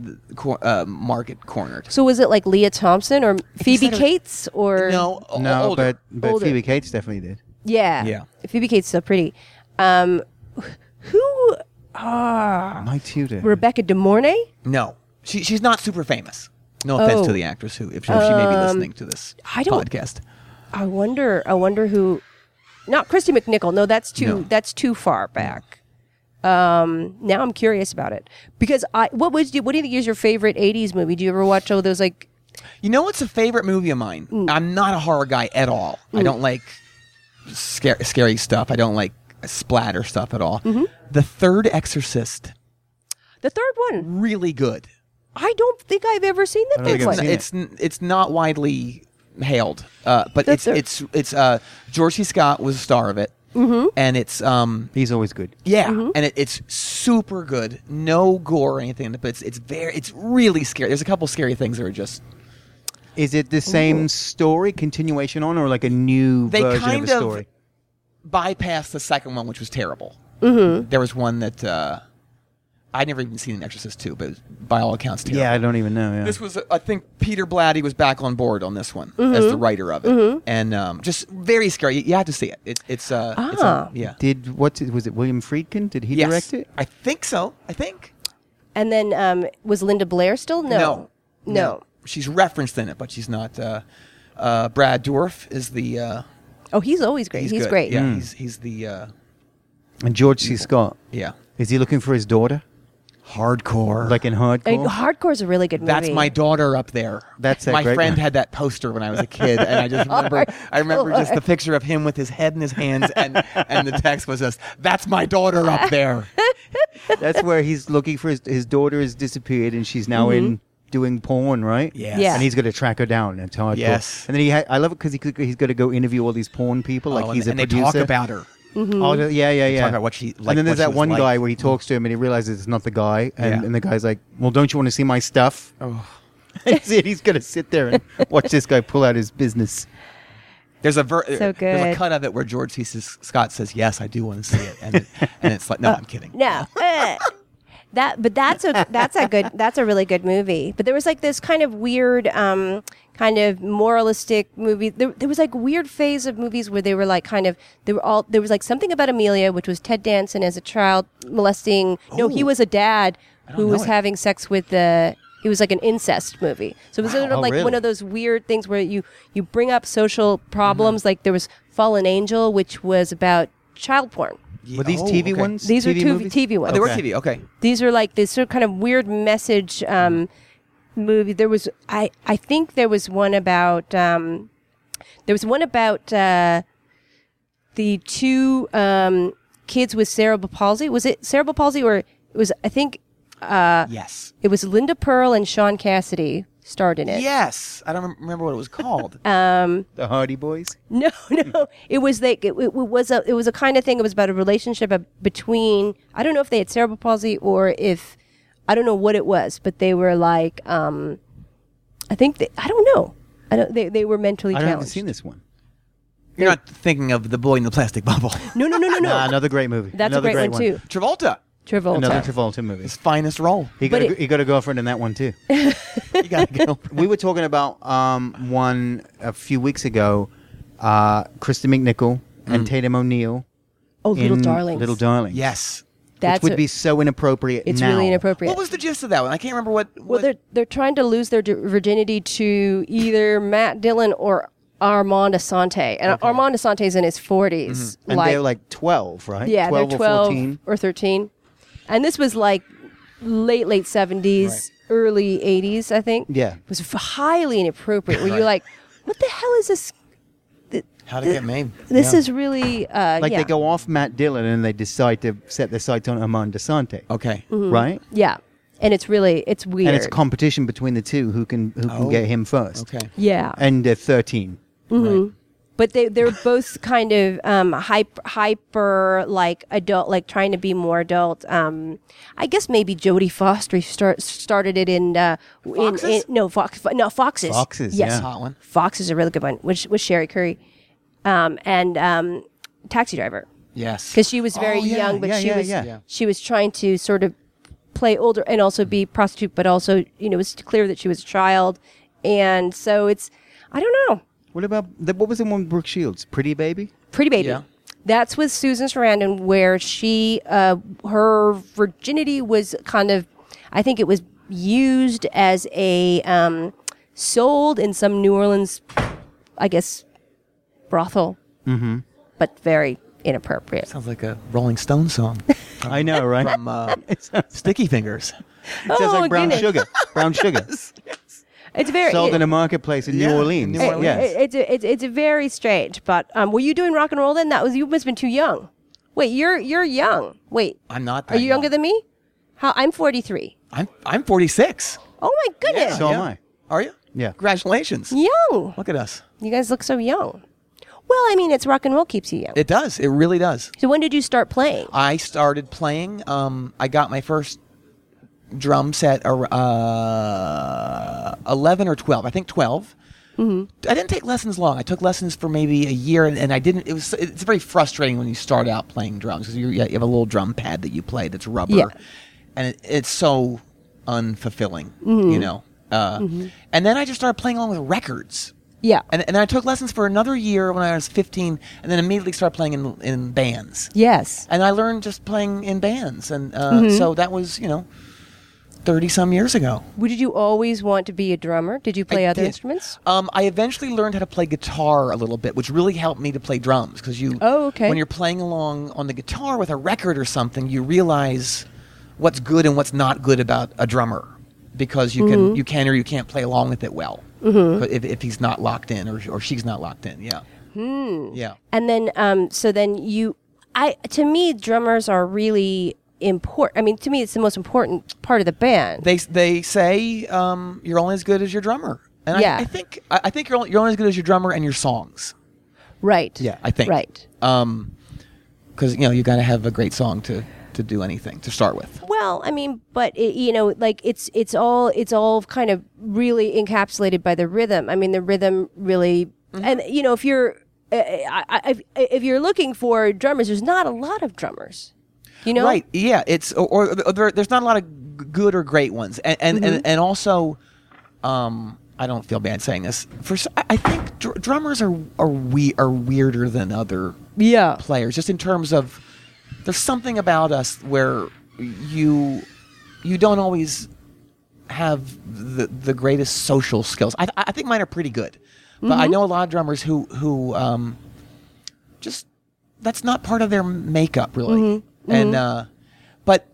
S2: th- cor- uh, market cornered.
S3: So was it like Leah Thompson or Phoebe
S2: said it was-
S3: Cates or
S2: No, o-
S1: no,
S2: older.
S1: but but
S3: Older.
S1: Phoebe Cates definitely did.
S3: Yeah,
S2: Yeah.
S3: Phoebe Cates is so pretty. Um, who? Ah,
S1: My tutor.
S3: Rebecca De Mornay.
S2: no, she, she's not super famous. No offense
S3: Oh.
S2: to the actress who, if she, if she may be listening to this
S3: I don't-
S2: podcast.
S3: I wonder. I wonder who. Not Christy McNichol. No, that's too.
S2: No.
S3: That's too far back. Um, now I'm curious about it because I. What was? What do you think is your favorite '80s movie? Do you ever watch all those like?
S2: You know what's a favorite movie of mine? I'm not a horror guy at all. I don't like scary, scary stuff. I don't like splatter stuff at all. The Third Exorcist,
S3: The third one.
S2: really good.
S3: I don't think I've ever seen the
S1: I don't
S3: third
S1: think I've
S3: one.
S1: seen it.
S2: It's n- it's not widely hailed, uh, but
S3: The
S2: it's,
S3: Third-
S2: it's it's uh, George C. Scott was a star of it, mm-hmm. and it's um
S1: He's always good.
S2: yeah, and it, it's super good. No gore or anything, but it's it's very it's really scary. There's a couple scary things that are just
S1: Is it the same story, continuation on, or like a new
S2: They
S1: version
S2: kind
S1: of a
S2: of-
S1: story?
S2: bypassed the second one, which was terrible. Mm-hmm. There was one that uh, I'd never even seen an Exorcist two, but it was, by all accounts, terrible.
S1: yeah, I don't even know. Yeah.
S2: This was, I think, Peter Blatty was back on board on this one as the writer of it, and um, just very scary. You, you have to see it. it it's uh, it's,
S3: Ah.
S2: um, yeah,
S1: Did what was it? William Friedkin? Did he
S2: Yes.
S1: direct it?
S2: I think so. I think
S3: And then um, was Linda Blair still? No.
S2: no,
S3: No.
S2: She's referenced in it, but she's not. Uh, uh, Brad Dourif is the. Uh,
S3: Oh, he's always great.
S2: he's
S3: He's,
S2: good.
S3: great.
S1: Mm.
S2: Yeah, he's he's the. Uh,
S1: And George C. Scott
S2: yeah,
S1: is he looking for his daughter?
S2: hardcore.
S1: Like in
S3: I mean,
S1: hardcore.
S3: Hardcore's a really good movie.
S2: That's my daughter up there.
S1: That's that
S2: my
S1: great
S2: friend
S1: one.
S2: had that poster when I was a kid, and I just remember I remember just the picture of him with his head in his hands, and and the text was just "That's my daughter up there."
S1: That's where he's looking for his, his daughter has disappeared and she's now in doing porn, right?
S2: Yes.
S3: Mm-hmm. Yeah.
S1: And he's going to track her down. It's hardcore.
S2: Yes.
S1: And then he, ha- I love it because he, could- he's going to go interview all these porn people. Like
S2: Oh,
S1: he's
S2: and,
S1: a
S2: and they
S1: producer.
S2: talk about her.
S3: Mm-hmm.
S1: Oh, the- yeah, yeah, yeah.
S2: talk about what she- like,
S1: and then
S2: what
S1: there's
S2: she
S1: that
S2: was
S1: one
S2: like. Mm-hmm.
S1: guy where he talks to him and he realizes it's not the guy, and,
S2: Yeah.
S1: and the guy's like, "Well, don't you want to see my stuff?"
S2: Oh.
S1: That's it. He's gonna sit there and watch this guy pull out his business.
S2: There's a ver- uh, there's
S3: good.
S2: a cut of it where George C. S- Scott says, "Yes, I do want to see it," and it- and it's like, "No, I'm kidding."
S3: No. Eh. that but that's a that's a good that's a really good movie. But there was like this kind of weird um kind of moralistic movie. There, there was like weird phase of movies where they were like kind of they were all there was like something about Amelia which was Ted Danson as a child molesting No, he
S2: Ooh.
S3: was a dad who
S2: know
S3: was
S2: it.
S3: having sex with the it was like an incest movie. So it was sort of
S1: Oh,
S3: like one
S1: really?
S3: of those weird things where you you bring up social problems
S2: Mm-hmm.
S3: like there was Fallen Angel which was about child porn.
S1: Were these
S2: Oh, okay.
S1: TV ones?
S3: These were
S1: TV
S3: two
S1: movies?
S3: TV
S2: Oh,
S3: ones.
S2: they were
S1: Okay.
S2: TV. Okay.
S3: These are like this sort of kind of weird message um, movie. There was I I think there was one about um, there was one about uh, the two um, kids with cerebral palsy. Was it cerebral palsy or it was I think Uh,
S2: yes.
S3: it was Linda Pearl and Sean Cassidy starred in it.
S2: Yes. I don't rem- remember what it was called.
S3: uh,
S1: The Hardy Boys.
S3: No, no. It was like it, it was a it was a kind of thing. It was about a relationship ab- between I don't know if they had cerebral palsy or if I don't know what it was, but they were like um, I think they, I don't know. I don't. They, they were mentally
S1: I haven't
S3: challenged.
S1: seen this one.
S2: You're not thinking of the boy in the plastic bubble.
S3: No, no, no, no, no.
S1: Nah, another great movie.
S3: That's
S1: another
S3: a great, one, too.
S2: Travolta,
S3: Travolta.
S1: Another Travolta movie.
S2: his finest role.
S1: He got,
S3: But
S1: a,
S3: it-
S1: he got a girlfriend in that one too.
S2: You gotta go.
S1: we were talking about um, one a few weeks ago. Uh, Kristen McNichol and Tatum O'Neill.
S3: oh, little
S1: in
S3: darlings.
S1: Little darling.
S2: Mm. Yes.
S3: That's
S1: which would
S3: a-
S1: be so inappropriate.
S3: It's
S1: now.
S3: really inappropriate.
S2: What was the gist of that one? I can't remember what.
S3: well,
S2: what
S3: they're they're trying to lose their d- virginity to either Matt Dillon or Armand Asante, and Armand Asante's in his 40s
S1: Mm-hmm. And they're like twelve, right?
S3: Yeah,
S1: twelve
S3: they're
S1: or
S3: 12
S1: fourteen.
S3: or 13. And this was like late, late 70s, early 80s, I think.
S1: Yeah.
S3: It was f- highly inappropriate where you're like,
S2: Right.
S3: what the hell is this?
S2: How to get made?
S3: This
S2: Yeah.
S3: is really, uh,
S1: Like
S3: yeah.
S1: they go off Matt Dillon and they decide to set their sights on Armand Desante,
S2: okay.
S3: Mm-hmm.
S1: right?
S3: Yeah. And it's really, it's weird.
S1: And it's competition between the two who can who can
S2: Oh.
S1: get him first.
S2: Okay.
S3: yeah.
S1: And they're thirteen.
S3: Mm-hmm. but they, they're both kind of um, hyper, hyper, like adult, like trying to be more adult. Um, I guess maybe Jodie Foster start, started it in, uh, in, in
S2: Foxes?
S3: no Fox, no Foxes,
S1: Foxes,
S3: yes,
S1: yeah.
S2: Hot one.
S3: Fox is a really good one, which was Sherry Curry, um, and um, Taxi Driver,
S2: Yes.
S3: because she was very
S2: Oh, yeah,
S3: young, but
S1: yeah,
S3: she
S1: yeah,
S3: was
S1: yeah. Yeah.
S3: she was trying to sort of play older and also be prostitute, but also you know it was clear that she was a child, and so it's I don't know,
S1: What about the, what was the one with Brooke Shields? Pretty Baby.
S3: Pretty Baby.
S2: Yeah.
S3: That's with Susan Sarandon, where she uh, her virginity was kind of, I think it was used as a um, sold in some New Orleans, I guess, brothel, mm-hmm. but very inappropriate.
S2: Sounds like a Rolling Stone song
S1: I know, right?
S2: from uh,
S1: it sounds,
S2: Sticky Fingers.
S1: it sounds
S3: Oh,
S1: like brown
S3: goodness.
S1: sugar. Brown sugar.
S3: It's very
S1: Sold in a marketplace in
S2: Yeah,
S1: New
S2: in
S1: Orleans.
S2: New Orleans.
S1: Yes.
S3: It- it's, it's it's very strange. But um, were you doing rock and roll then? That was you must have been too young. Wait, you're you're young. Wait,
S2: I'm not.
S3: are
S2: that
S3: you younger
S2: young.
S3: than me? How I'm 43.
S2: I'm? I'm 46.
S3: Oh my goodness,
S1: So am
S2: Yeah.
S1: I.
S2: Are you?
S1: Yeah.
S2: Congratulations.
S3: young.
S2: Look at us.
S3: You guys look so young. Well, I mean, it's rock and roll keeps you young.
S2: It does. It really does.
S3: so when did you start playing?
S2: I started playing. Um, I got my first drum set ar- uh, 11 or 12. I think 12. I didn't take lessons long. I took lessons for maybe a year, and, and I didn't. It was it's very frustrating when you start out playing drums because you, you have a little drum pad that you play that's rubber,
S3: Yeah.
S2: and it, it's so unfulfilling, you know. Uh, And then I just started playing along with records.
S3: Yeah.
S2: And, and I took lessons for another year when I was 15, and then immediately started playing in, in bands
S3: yes.
S2: and I learned just playing in bands, and uh,
S3: Mm-hmm.
S2: so that was you know, thirty some years ago.
S3: Did you always want to be a drummer? Did you play
S2: I
S3: other
S2: did.
S3: instruments?
S2: Um, I eventually learned how to play guitar a little bit, which really helped me to play drums because you.
S3: Oh, okay.
S2: When you're playing along on the guitar with a record or something, you realize what's good and what's not good about a drummer because you
S3: Mm-hmm.
S2: can you can or you can't play along with it well But if, if he's not locked in or, or she's not locked in. Yeah. Hmm. Yeah.
S3: And then, um, so then you, I to me, drummers are really important. I mean, to me, it's the most important part of the band.
S2: they they say um, you're only as good as your drummer. And
S3: Yeah.
S2: I, I think I, I think you're only, you're only as good as your drummer and your songs.
S3: right.
S2: Yeah, I think.
S3: Right.
S2: Um, because you know you got to have a great song to to do anything to start with.
S3: Well, I mean, but it, you know, like it's it's all it's all kind of really encapsulated by the rhythm. I mean, the rhythm really, and you know, if you're uh, I, I, if- if you're looking for drummers, there's not a lot of drummers. You know,
S2: Right. Yeah. It's or, or there, there's not a lot of g- good or great ones, and and
S3: Mm-hmm.
S2: and, and also, um, I don't feel bad saying this. For s- I I think dr- drummers are are we are weirder than other
S3: Yeah.
S2: players, just in terms of there's something about us where you you don't always have the the greatest social skills. I I think mine are pretty good, but I know a lot of drummers who who um, just that's not part of their makeup really, and uh, but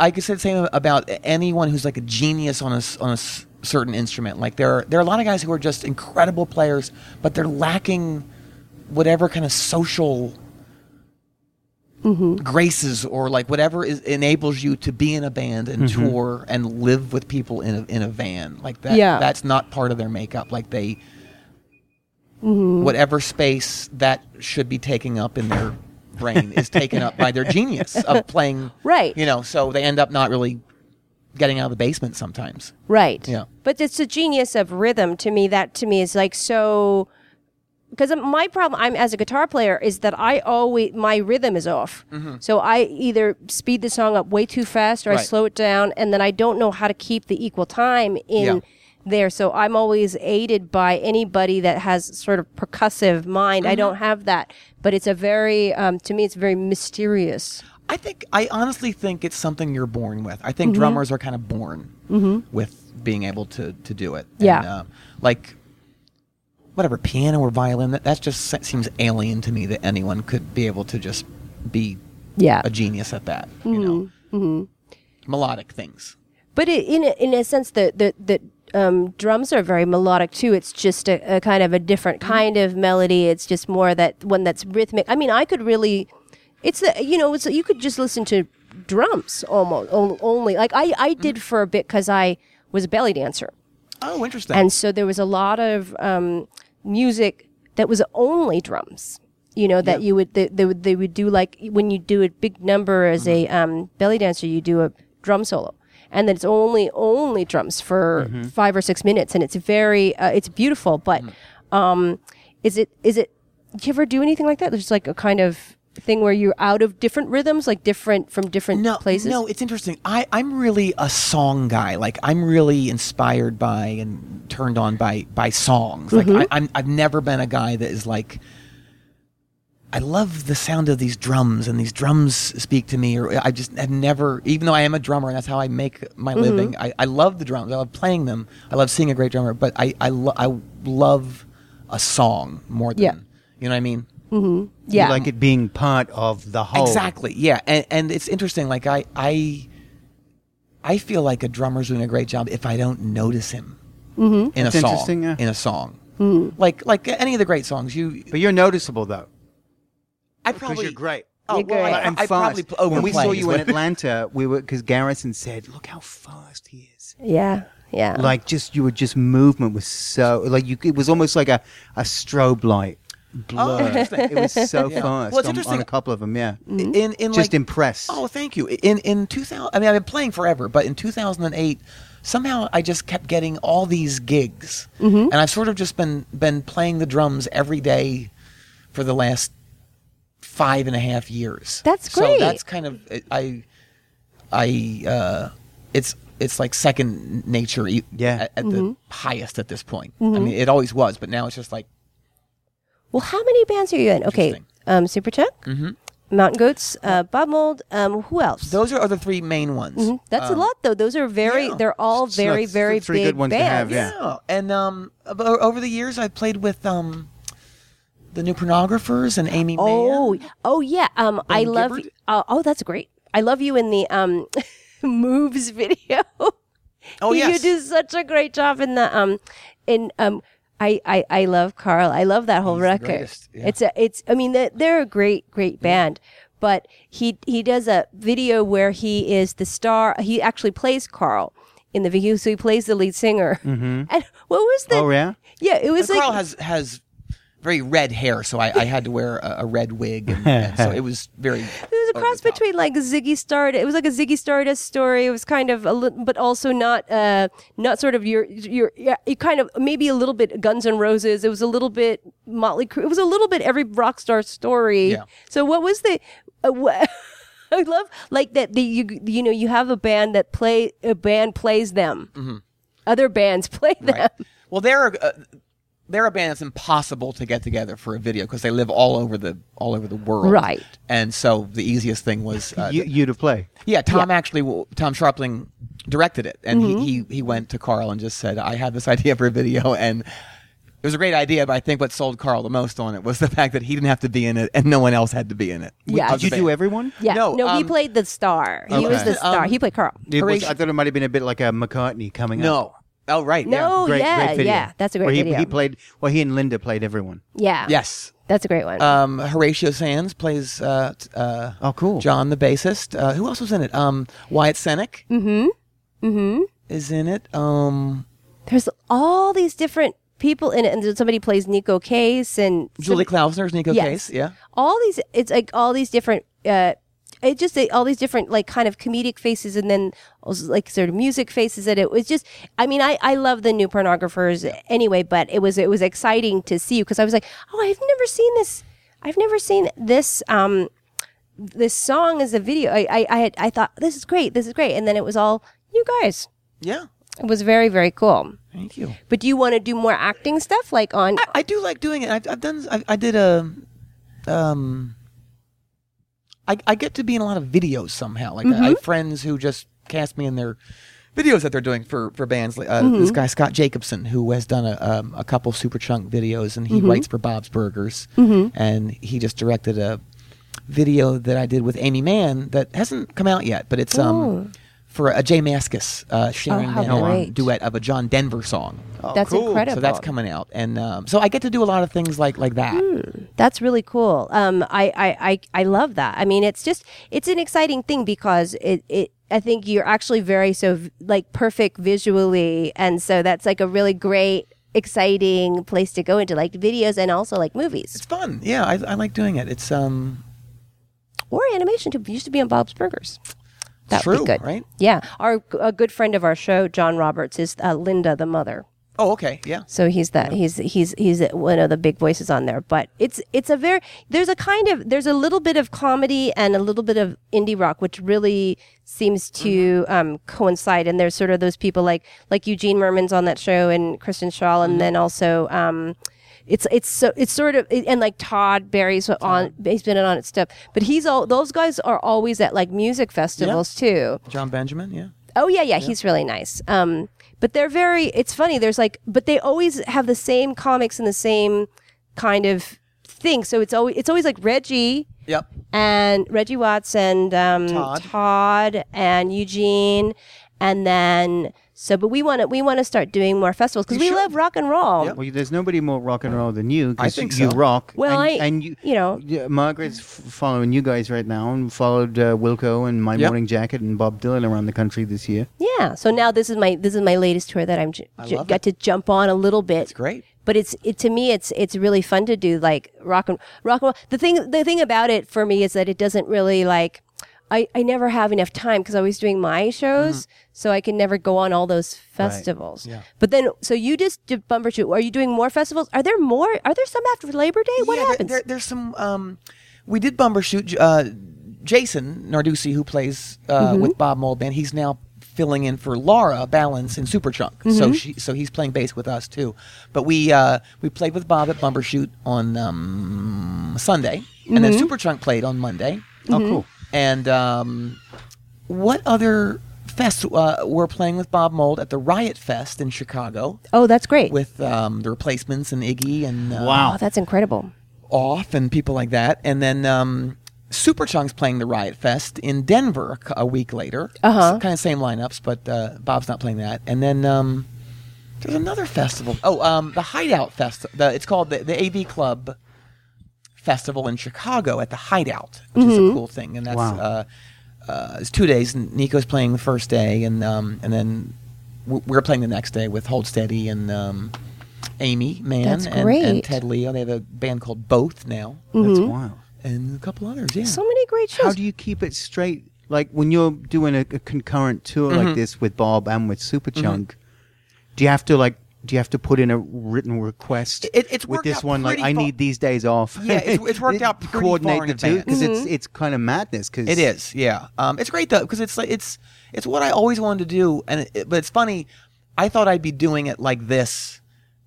S2: I could say the same about anyone who's like a genius on a s- on a s- certain instrument. Like there are, there are a lot of guys who are just incredible players, but they're lacking whatever kind of social graces or like whatever is, enables you to be in a band and tour and live with people in a, in a van like that
S3: Yeah.
S2: that's not part of their makeup like they whatever space that should be taking up in their brain is taken up by their genius of playing
S3: Right.
S2: you know so they end up not really getting out of the basement sometimes
S3: Right.
S2: Yeah.
S3: But it's the genius of rhythm to me. That to me is like so. Because my problem, I'm as a guitar player, is that I always my rhythm is off. So I either speed the song up way too fast, or I
S2: Mm-hmm. Right.
S3: slow it down, and then I don't know how to keep the equal time in
S2: Yeah.
S3: there. So I'm always aided by anybody that has sort of percussive mind.
S2: Mm-hmm.
S3: I don't have that, but it's a very um, to me, it's very mysterious.
S2: I think I honestly think it's something you're born with. I think
S3: Mm-hmm.
S2: drummers are kind of born with being able to to do it.
S3: Yeah.
S2: uh, like whatever piano or violin that that's just se- seems alien to me that anyone could be able to just be
S3: Yeah. Mm-hmm.
S2: a genius at that. You know, melodic things.
S3: But it, in a, in a sense, the the, the um, drums are very melodic too. It's just a, a kind of a different kind of melody. It's just more that one that's rhythmic. I mean, I could really, it's the you know, it's you could just listen to drums almost on- only. Like I I did for a bit because I was a belly dancer,
S2: Oh, interesting.
S3: and so there was a lot of um, music that was only drums. You know that you would they, they would they would do like when you do a big number as a
S2: Mm-hmm.
S3: um, belly dancer, you do a drum solo, and then it's only only drums for
S2: Mm-hmm.
S3: five or six minutes, and it's very uh, it's beautiful. But
S2: Mm-hmm.
S3: um, is it is it? Do you ever do anything like that? There's like a kind of thing where you're out of different rhythms, like different from different
S2: no,
S3: places.
S2: No, it's interesting. I, I'm really a song guy. Like I'm really inspired by and turned on by by songs. Like
S3: Mm-hmm.
S2: I, I'm I've never been a guy that is like I love the sound of these drums and these drums speak to me or I just have never even though I am a drummer and that's how I make
S3: Mm-hmm.
S2: my living, I, I love the drums. I love playing them. I love seeing a great drummer, but I, I, lo- I love a song more than
S3: Yeah.
S2: You know what I mean?
S3: Yeah.
S1: You like it being part of the whole.
S2: Exactly. Yeah, and and it's interesting. Like I I I feel like a drummer's doing a great job if I don't notice him in
S1: Mm-hmm. That's
S2: a song.
S1: interesting, yeah. Mm-hmm.
S2: In a song, like like any of the great songs, you
S1: But you're noticeable though.
S2: I
S1: Because
S2: probably
S1: you're great.
S2: Oh,
S3: You're
S2: well,
S3: great.
S2: I,
S1: and
S2: I
S1: fast.
S2: probably pl- oh,
S1: when we
S2: overplay
S1: saw
S2: is
S1: you
S2: what-
S1: in Atlanta, we were because Garrison said, "Look how fast he is."
S3: yeah. Yeah.
S1: Like just you were just movement was so like you it was almost like a a strobe light blur.
S2: interesting.
S1: it was so
S2: Oh. Yeah.
S1: fast
S2: Well, it's
S1: on, on
S2: interesting.
S1: a couple of them. Yeah,
S2: in in
S1: just
S2: like,
S1: impressed.
S2: Oh, thank you. In in 2000, I mean, I've been playing forever, but in 2008, somehow I just kept getting all these gigs,
S3: Mm-hmm.
S2: and I've sort of just been been playing the drums every day for the last five and a half years.
S3: That's
S2: So
S3: great.
S2: that's kind of I I uh, it's it's like second nature. e-
S1: Yeah.
S2: At, at the
S3: Mm-hmm.
S2: highest at this point. I mean, it always was, but now it's just like
S3: Well, how many bands are you in? Okay,
S2: Interesting.
S3: um, Superchunk, mm-hmm. Mountain Goats, uh, Bob Mold. Um, who else? Mm-hmm.
S2: those are the three main ones.
S3: That's
S1: um,
S3: a lot, though. Those are very.
S2: yeah.
S3: They're all
S1: So
S3: very,
S1: that's
S3: very
S1: three
S3: big
S1: good ones to have,
S3: bands.
S1: yeah.
S2: Yeah, and um, ab- o- over the years, I've played with um, the New Pornographers and Amy.
S3: Oh,
S2: Mann.
S3: oh yeah. Um, I
S2: Ben
S3: love.
S2: Gibbard?
S3: Uh, oh, that's great. I love you in the um, moves video.
S2: oh yes.
S3: you do such a great job in the um, in um. I, I, I love Carl. I love that whole
S2: He's the
S3: record.
S2: greatest, yeah.
S3: It's a it's. I mean, they're, they're a great great band, but he he does a video where he is the star. He actually plays Carl in the video, so he plays the lead singer. And what was the?
S1: Oh, yeah?
S3: yeah. It was
S2: And
S3: like
S2: Mm-hmm. Carl has has very red hair, so I, I had to wear a, a red wig, and, and so it was very.
S3: It
S2: Oh,
S3: was a cross between like Ziggy Stardust. It was like a Ziggy Stardust story. It was kind of a little, but also not, uh, not sort of your, your, yeah, it kind of maybe a little bit Guns N' Roses. It was a little bit Motley Crue. It was a little bit every rock star story.
S2: Yeah.
S3: So what was the, uh, wha- I love like that the you you know you have a band that play a band plays them. Other bands play them.
S2: Mm-hmm. Right. Well, they're a, they're a band that's impossible to get together for a video because they live all over the all over the world.
S3: Right.
S2: And so the easiest thing was uh,
S1: you, you to play.
S2: Yeah, Tom actually actually, Tom Sharpling directed it, and he, he he went to Carl and just said, "I have this idea for a video," and it was a great idea. But I think what sold Carl the most on it was the fact that he didn't have to be in it, and no one else had to be in it.
S3: Yeah.
S2: Of
S1: Did
S2: the
S1: you
S2: band.
S1: do everyone?
S3: Yeah.
S2: No,
S3: No, he
S2: um,
S3: played the star. He was
S1: Okay.
S3: the star.
S2: Um,
S3: he played Carl.
S1: It was,
S2: Horatio-
S1: I thought it might have been a bit like a McCartney coming up.
S2: No. Oh right.
S3: No.
S2: Yeah.
S1: great,
S3: yeah,
S1: great video.
S3: yeah, that's a great
S1: Where he,
S3: video.
S1: He played. Well, he and Linda played everyone.
S3: Yeah.
S2: Yes.
S3: That's a great one.
S2: Um, Horatio Sands plays uh, t- uh,
S1: Oh, cool.
S2: John the bassist. Uh, who else was in it? Um, Wyatt Cenac
S3: hmm hmm
S2: is in it. Um,
S3: There's all these different people in it, and then somebody plays Nico Case and
S2: Julie
S3: some-
S2: Klausner's Nico
S3: Yes.
S2: Case. Yeah.
S3: all these. It's like all these different. Uh, it just they- all these different like kind of comedic faces, and then also like sort of music faces. And it was just. I mean, I I love the new pornographers anyway, but it was it was exciting to see you because I was like, oh, I've never seen this. I've never seen this. Um, this song as a video. I I I, had, I thought this is great. This is great, and then it was all you guys.
S2: Yeah.
S3: It was very very cool.
S2: Thank you.
S3: But do you want to do more acting stuff? Like on
S2: I, I do like doing it. I've, I've done. I, I did a. Um. I I get to be in a lot of videos somehow. Like I, I
S3: Mm-hmm.
S2: have friends who just cast me in their videos that they're doing for for bands. Like, Uh, This
S3: Mm-hmm.
S2: guy Scott Jacobson who has done a um, a couple super chunk videos and he
S3: Mm-hmm.
S2: writes for Bob's Burgers and he just directed a video that I did with Amy Mann that hasn't come out yet, but it's um. For a Jay Maskus uh, sharing
S3: Oh. how
S2: that, um,
S3: great.
S2: duet of a John Denver song.
S3: that's
S1: cool. So
S3: incredible.
S2: Oh,
S3: Hmm.
S2: So that's coming out, and um, so I get to do a lot of things like like that.
S3: That's really cool. Um, I, I, I, I love that. I mean, it's just it's an exciting thing because it, it I think you're actually very so v- like perfect visually, and so that's like a really great, exciting place to go into like videos and also like movies
S2: It's fun, yeah. I, I like doing it. It's um,
S3: or animation. To used to be on Bob's Burgers. That
S2: True,
S3: would be good,
S2: right?
S3: Yeah, our a good friend of our show, John Roberts, is uh, Linda the mother.
S2: oh okay, yeah.
S3: So he's that he's he's he's one of the big voices on there. But it's it's a very there's a kind of there's a little bit of comedy and a little bit of indie rock, which really seems to um, coincide. And there's sort of those people like like Eugene Merman's on that show and Kristen Shaw, and then also. Um, it's it's so it's sort of and like Todd Barry's on he's been on it stuff, but he's all those guys are always at like music festivals too.
S2: John Benjamin, yeah.
S3: Oh yeah, yeah, he's really nice. Um, but they're very. It's funny. There's like, but they always have the same comics and the same kind of thing. So it's always it's always like Reggie
S2: Yep.
S3: and Reggie Watts and um,
S2: Todd.
S3: Todd and Eugene, and then so. But we want to we want to start doing more festivals because
S2: You
S3: we
S2: should.
S3: love rock and roll.
S2: Yep.
S1: Well, there's nobody more rock and roll than you. 'cause
S2: I think
S1: you
S2: so.
S1: rock.
S3: Well,
S1: and,
S3: I-
S1: and you,
S3: you know.
S1: yeah, Margaret's f- following you guys right now, and followed uh, Wilco and My
S2: Yep.
S1: Morning Jacket and Bob Dylan around the country this year.
S3: Yeah. So now this is my this is my latest tour that I'm j-
S2: I
S3: j-
S2: love
S3: got to jump on a little bit.
S2: It's great.
S3: But it's it to me it's it's really fun to do like rock and rock and roll. The thing the thing about it for me is that it doesn't really like I, I never have enough time because I was doing my shows, so I can never go on all those festivals.
S2: Yeah.
S3: But then, so you just did bumper shoot. Are you doing more festivals? Are there more? Are there some after Labor Day? What
S2: yeah, there-
S3: happens?
S2: There, there's some. Um, we did bumper shoot. Uh, Jason Narducci, who plays uh,
S3: Mm-hmm.
S2: with Bob Moldman, he's now filling in for Laura Balance in Superchunk.
S3: Mm-hmm.
S2: So she, so he's playing bass with us too. But we uh, we played with Bob at bumper shoot on um, Sunday, and then
S3: Mm-hmm.
S2: Superchunk played on Monday.
S1: Oh, cool.
S2: And um, what other fest uh, we're playing with Bob Mold at the Riot Fest in Chicago
S3: oh, that's great.
S2: with um, the Replacements and Iggy and uh,
S3: oh, that's incredible.
S2: off and people like that. And then um, Super playing the Riot Fest in Denver a c- a week later.
S3: Uh-huh.
S2: Kind of same lineups, but uh, Bob's not playing that. And then um, there's another festival. Oh, um, the Hideout Fest. The, it's called the, the AV Club Festival in Chicago at the Hideout, which
S3: Mm-hmm.
S2: is a cool thing. And that's
S1: Wow.
S2: uh, uh, it's two days. and Nico's playing the first day, and um, and then w- we're playing the next day with Hold Steady and. Um, Amy Mann
S3: That's
S2: and, and
S3: great.
S2: Ted Leo. They have a band called Both now,
S3: mm-hmm.
S1: That's wild.
S2: and a couple others. Yeah,
S3: So many great shows.
S1: How do you keep it straight? Like when you're doing a, a concurrent tour
S2: Mm-hmm.
S1: like this with Bob and with Superchunk, do you have to like? Do you have to put in a written request?
S2: It- it's
S1: with
S2: worked
S1: this
S2: out
S1: one. Like
S2: pretty
S1: I
S2: fa-
S1: need these days off.
S2: Yeah, it's- it's worked out pretty
S1: Coordinate
S2: far in
S1: the two
S2: advance. Mm-hmm.
S1: because it's it's kind of madness. Because
S2: it is. Yeah, um, it's great though because it's like it's it's what I always wanted to do, and it, but it's funny. I thought I'd be doing it like this.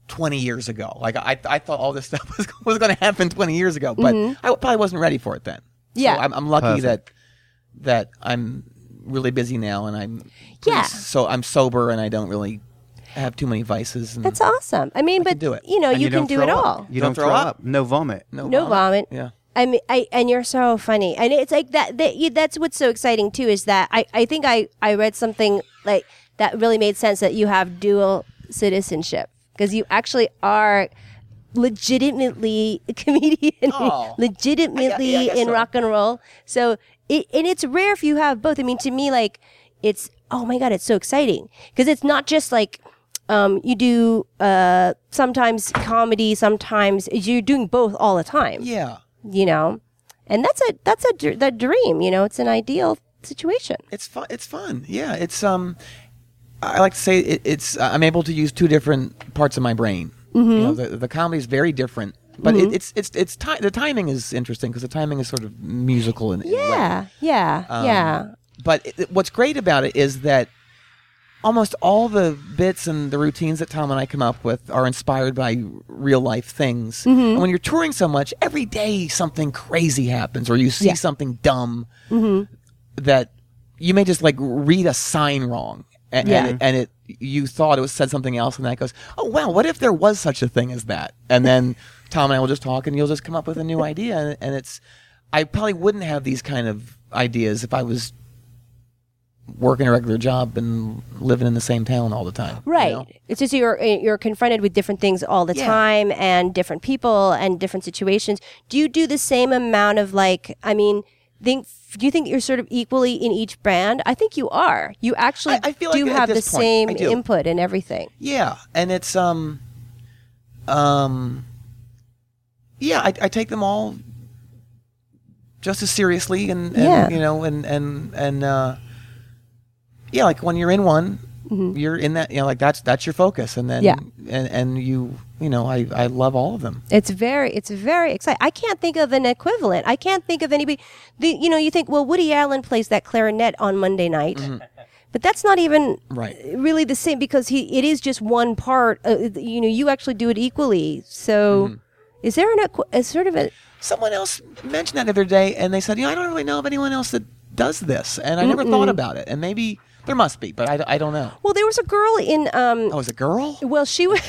S2: 20 years ago. Like I, I thought all this stuff was, was going to happen 20 years ago, but I probably wasn't ready for it then.
S3: Mm-hmm. Yeah.
S2: So I'm, I'm lucky
S1: Perfect.
S2: that, that I'm really busy now and I'm,
S3: Yeah.
S2: so I'm sober and I don't really have too many vices. And
S3: That's awesome. I mean, but
S2: do it.
S3: you know,
S1: And
S3: you, can
S1: don't
S3: do
S1: throw
S3: it
S1: up.
S3: all.
S1: You don't, throw up. No vomit.
S3: no vomit.
S2: Yeah.
S3: I mean, I and you're so funny, and it's like that. that you, that's what's so exciting too is that I I think I I read something like that really made sense that you have dual citizenship because you actually are legitimately a comedian,
S2: Oh.
S3: legitimately
S2: I gue- I guess
S3: in
S2: so.
S3: rock and roll. So it and it's rare if you have both. I mean, to me, like it's oh my god, it's so exciting because it's not just like um, you do uh, sometimes comedy, sometimes you're doing both all the time.
S2: Yeah.
S3: You know, and that's a that's a dr- the dream. You know, it's an ideal situation.
S2: It's fun. It's fun. Yeah. It's um, I like to say it, it's I'm able to use two different parts of my brain.
S3: Mm-hmm.
S2: You know, the, the comedy is very different, but it, it's it's it's ti- the timing is interesting because the timing is sort of musical and
S3: Yeah, yeah, yeah.
S2: But it, it- what's great about it is that almost all the bits and the routines that Tom and I come up with are inspired by real life things.
S3: Mm-hmm.
S2: And when you're touring so much, every day something crazy happens or you see
S3: Yeah.
S2: something dumb that you may just like read a sign wrong. a- And,
S3: Yeah.
S2: and, it you thought it was said something else, and that goes, oh wow, what if there was such a thing as that? And then Tom and I will just talk, and you'll just come up with a new idea, and, and it's I probably wouldn't have these kind of ideas if I was working a regular job and living in the same town all the time. you
S3: Right.
S2: know?
S3: It's just you're eh, you're confronted with different things all the
S2: Yeah.
S3: time and different people and different situations. Do you do the same amount of like? I mean, think. Do you think you're sort of equally in each brand? I think you are. You actually
S2: I- I feel
S3: do
S2: like at
S3: have the
S2: this point, I
S3: same
S2: do.
S3: input and everything.
S2: Yeah, and it's um, um, yeah, I, I take them all just as seriously, and, and
S3: Yeah.
S2: you know, and and and uh, yeah, like when you're in one, you're in that, you know, like that's that's your focus, and then
S3: Mm-hmm. Yeah.
S2: and and you, you know, I I love all of them.
S3: It's very, it's very exciting. I can't think of an equivalent. I can't think of anybody. The, you know, you think, well, Woody Allen plays that clarinet on Monday night, but that's not even
S2: Mm-hmm. Right.
S3: really the same because he it is just one part. Uh, you know, you actually do it equally.
S2: Mm-hmm.
S3: So, is there an equi- a sort of a
S2: someone else mentioned that the other day, and they said, you know, I don't really know of anyone else that does this, and I never thought about it, and maybe there must be, but I, I don't know.
S3: well? There was a girl in um.
S2: Oh, is it a girl?
S3: Well, she was.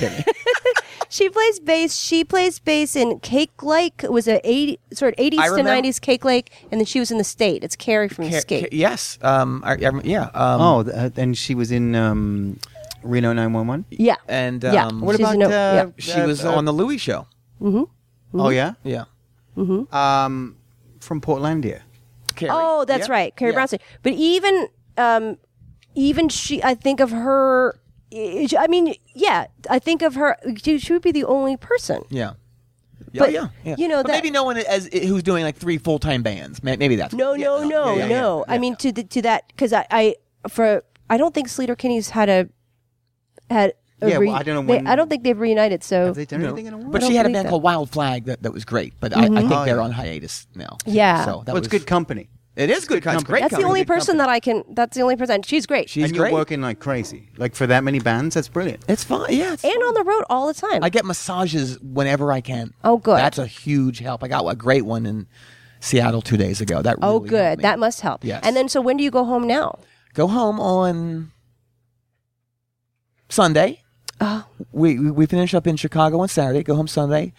S3: she plays bass. She plays bass in Cake Lake. It was a 80, sort of 80s
S2: I
S3: to
S2: remember-
S3: 90s Cake Lake. And then she was in The State. It's Carrie from
S2: Ca-
S3: Escape.
S2: ca- yes. Um, I, I rem- yeah. Um,
S1: Oh, th- uh, and she was in um, Reno 911.
S3: yeah.
S2: And
S3: Yeah.
S2: um,
S1: What
S3: She's
S1: about
S3: in a-
S1: uh,
S3: yeah.
S2: she was on the Mm-hmm. Louis show.
S1: Oh yeah,
S2: Yeah.
S1: um, from Portlandia.
S2: Carrie.
S3: Oh, that's
S2: Yeah.
S3: right, Carrie
S2: Yeah.
S3: Brownstein. But even, um, even she, I think of her. I I mean, yeah, I think of her. She, she would be the only person.
S2: Yeah. Yeah,
S3: But,
S2: yeah, yeah.
S3: you know,
S2: But
S3: that-
S2: maybe no one as who's doing like three full time bands. May- Maybe that's
S3: No,
S2: yeah,
S3: no, no,
S2: yeah, yeah,
S3: no.
S2: yeah,
S3: I
S2: yeah.
S3: mean, to the, to that because I, I for I don't think Sleater Kinney's had a had. A
S1: Yeah, well, I don't know
S3: they-
S1: when-
S3: I don't think they've reunited. So
S1: Have they done anything in a while?
S2: But
S3: I
S2: she
S3: don't
S2: had a band
S3: believe that. Mm-hmm.
S2: called Wild Flag that, that was great. But I, I think
S1: Oh,
S2: they're
S1: yeah.
S2: on hiatus now. So
S3: Yeah.
S2: that
S1: Well,
S2: was
S1: it's good company.
S2: It is good. It's
S1: company.
S2: great.
S3: that's the
S2: company.
S3: only
S1: good company.
S3: person that I can. That's the only person. She's great.
S2: She's
S1: and you're
S2: great.
S1: working like crazy, like for that many bands. That's brilliant.
S2: It's fine. Yeah. It's
S3: and on the road all the time.
S2: I get massages whenever I can.
S3: Oh, good.
S2: That's a huge help. I got a great one in Seattle two days ago. That
S3: oh,
S2: really helped
S3: good.
S2: me.
S3: That must help.
S2: Yes.
S3: And then, so when do you go home now?
S2: go home on Sunday.
S3: Oh,
S2: We, we we finish up in Chicago on Saturday. Go home Sunday,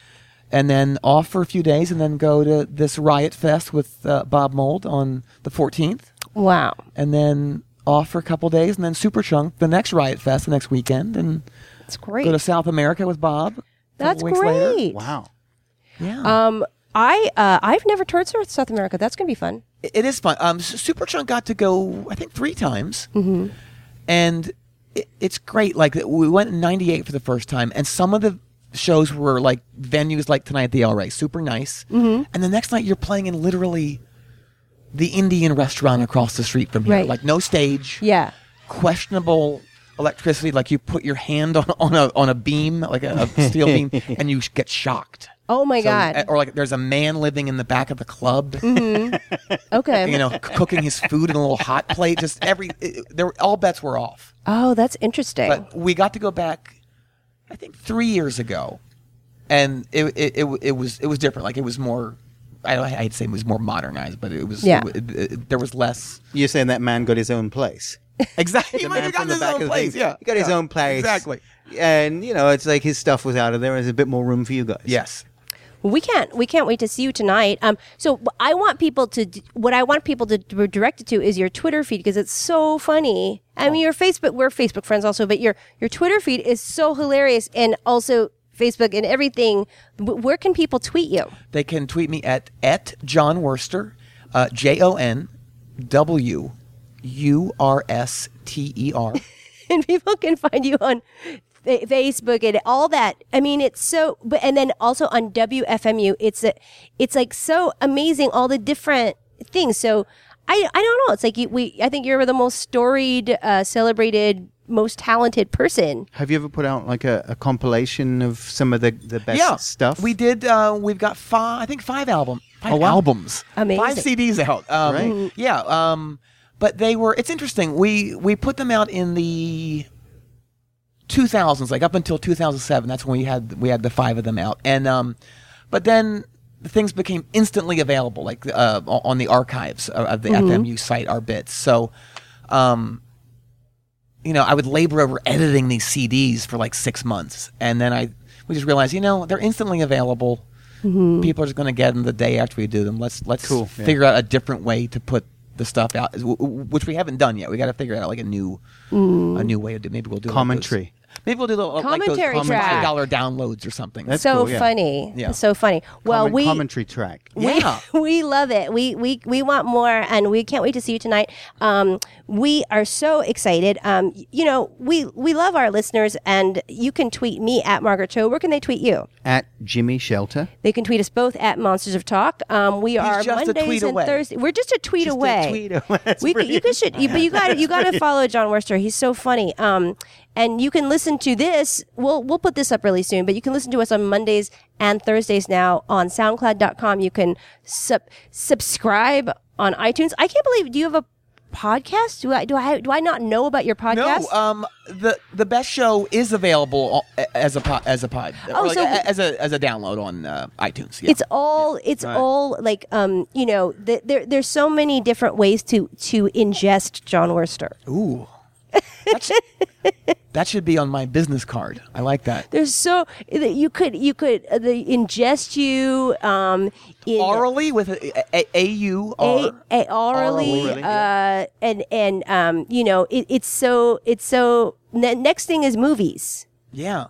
S2: and then off for a few days, and then go to this Riot Fest with uh, Bob Mold on the 14th,
S3: Wow.
S2: and then off for a couple days, and then Superchunk the next Riot Fest the next weekend, and
S3: That's great.
S2: go to South America with Bob. a couple
S3: that's
S2: weeks later.
S3: great.
S1: Wow.
S2: Yeah.
S3: Um, I uh, I've never toured South South America. That's gonna be fun.
S2: It- it is fun. Um, S- Superchunk got to go, I think, three times, mm-hmm. and it, it's great. Like we went in '98 for the first time, and some of the shows were like venues like tonight at the El Rey, super nice. Mm-hmm. And the next night you're playing in literally the Indian restaurant across the street from here,
S3: Right.
S2: like no stage,
S3: Yeah.
S2: questionable electricity. Like you put your hand on, on a on a beam, like a, a steel beam, and you sh- get shocked.
S3: Oh my
S2: So- eh,
S3: God. Mm-hmm.
S2: Or like there's a man living in the back of the club
S3: Okay.
S2: eh, you know, c- cooking his food in a little hot plate. Just every, it, there, were- all bets were off.
S3: oh, that's interesting.
S2: But we got to go back, I think, three years ago, and it it, it, w- it was it was different. Like it was more, I don't, I'd say it was more modernized, but it was
S3: Yeah.
S2: it w- it- it- there was less.
S1: You're saying that man got his own place.
S2: Exactly,
S1: The man from the back of the thing. he got his
S2: Yeah.
S1: own place.
S2: Exactly.
S1: And you know, it's like his stuff was out of there. There's a bit more room for you guys.
S2: Yes.
S3: We can't. We can't wait to see you tonight. Um. So wh- I want people to. d- What I want people to d- be directed to is your Twitter feed because it's so funny. I mean, your Facebook. We're Facebook friends also, but your your Twitter feed is so hilarious, and also Facebook and everything. W- where can people tweet you?
S2: They can tweet me at at John Worster, uh, J O N W U R S T E R.
S3: and people can find you on fa- Facebook and all that. I mean, it's so. But and then also on WFMU, it's a, it's like so amazing all the different things. So I I don't know. It's like you, we. I think you're the most storied, uh, celebrated, most talented person.
S1: Have you ever put out like a, a compilation of some of the, the best stuff? Oh,
S2: We did. Uh, we've got five. I think five album. Five albums.
S3: Amazing.
S2: Five CDs out. Um,
S1: Right. Mhm.
S2: Yeah. Um, but they were. It's interesting. We we put them out in the 2000s, like up until 2007. That's when we had we had the five of them out. And um, but then the things became instantly available, like uh, o- on the archives of, of the FMU site, our bits. So. Um, you know, I would labor over editing these CDs for like six months, and then I we just realized, you know, they're instantly available.
S3: Mm-hmm.
S2: People are just going to get them the day after we do them. Let's let's
S1: Cool, yeah.
S2: figure out a different way to put the stuff out, w- w- which we haven't done yet. We got to figure out like a new a new way to do. Maybe we'll do like, those-
S1: Commentary.
S2: maybe we'll do the, like
S3: Mm. Commentary
S2: those
S3: track.
S2: five dollar downloads or something.
S1: That's
S3: so
S1: cool, yeah.
S3: funny.
S2: Yeah.
S3: So funny. Well,
S1: Comment-
S3: we
S1: commentary track.
S2: yeah.
S3: We, we love it. We, we we want more, and we can't wait to see you tonight. Um, we are so excited. Um, y- you know, we we love our listeners, and you can tweet me at Margaret Cho. Where can they tweet you?
S1: At Jimmy Shelter.
S3: They can tweet us both at Monsters of Talk. Um, we are
S2: just a
S3: Mondays
S2: tweet
S3: and
S2: away.
S3: Thursdays. We're just a tweet
S1: Just a
S3: away.
S1: tweet away. That's
S3: We, you could should, you, but you got you got to follow John Worster. He's so funny. Um, and you can listen to this. We'll we'll put this up really soon, but you can listen to us on Mondays and Thursdays now on SoundCloud.com. You can sub subscribe on iTunes. I can't believe. Do you have a podcast? Do I do I do I not know about your podcast?
S2: No, um, the the best show is available o- as a pod, as a pod,
S3: Oh,
S2: or like
S3: so-
S2: a- as a as a download on uh, iTunes. Yeah.
S3: it's all it's all like um you know th- there there's so many different ways to to ingest John Worster.
S2: Ooh. That's, That should be on my business card. I like that.
S3: There's so you could you could uh, they ingest you um, in
S2: Orally with a, a, a, U
S3: a,
S2: R.
S3: a orally,
S2: Orally,
S3: uh, and and um, you know it, it's so it's so. Ne- next thing is movies.
S2: Yeah.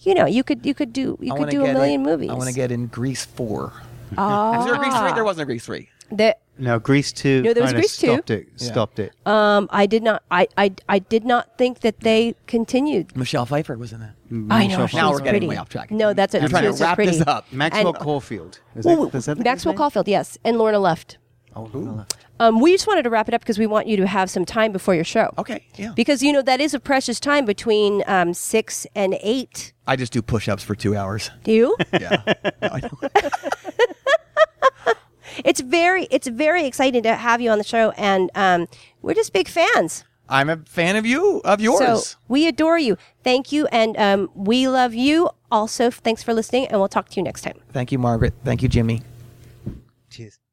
S3: You know you could you could do you
S2: I
S3: could
S2: wanna
S3: do a
S2: get
S3: million
S2: in-
S3: movies.
S2: I want to get in Grease 4.
S3: Ah.
S2: Is there a Grease 3? There wasn't a Grease 3.
S3: The-
S1: No, Grease two.
S3: No, there was
S1: kinda
S3: Grease 2.
S1: Stopped it.
S2: Yeah.
S1: Stopped it.
S3: um, I did not. I, I I did not think that they continued.
S2: Michelle Pfeiffer was in that.
S3: I know.
S1: Michelle
S3: she
S2: Now
S3: was
S2: we're getting
S3: pretty.
S2: way off track.
S3: No, that's it.
S2: I'm
S3: She
S2: trying to
S3: was so
S2: wrap
S3: pretty.
S2: this up.
S1: Maxwell
S3: And-
S1: Caulfield. Is that,
S3: Ooh,
S1: is that the guy's
S3: Maxwell
S1: name?
S3: Caulfield, yes, and Lorna Left.
S1: Oh, Lorna Left.
S3: Um, we just wanted to wrap it up because we want you to have some time before your show.
S2: Okay, yeah.
S3: Because you know that is a precious time between um, six and eight.
S2: I just do push ups for two hours.
S3: Do you?
S2: Yeah. No, I don't.
S3: it's very, it's very exciting to have you on the show, and um, we're just big fans.
S2: I'm a fan of you, of yours.
S3: So we adore you. Thank you, and um, we love you. Also, thanks for listening, and we'll talk to you next time.
S2: Thank you, Margaret. Thank you, Jimmy.
S1: Cheers.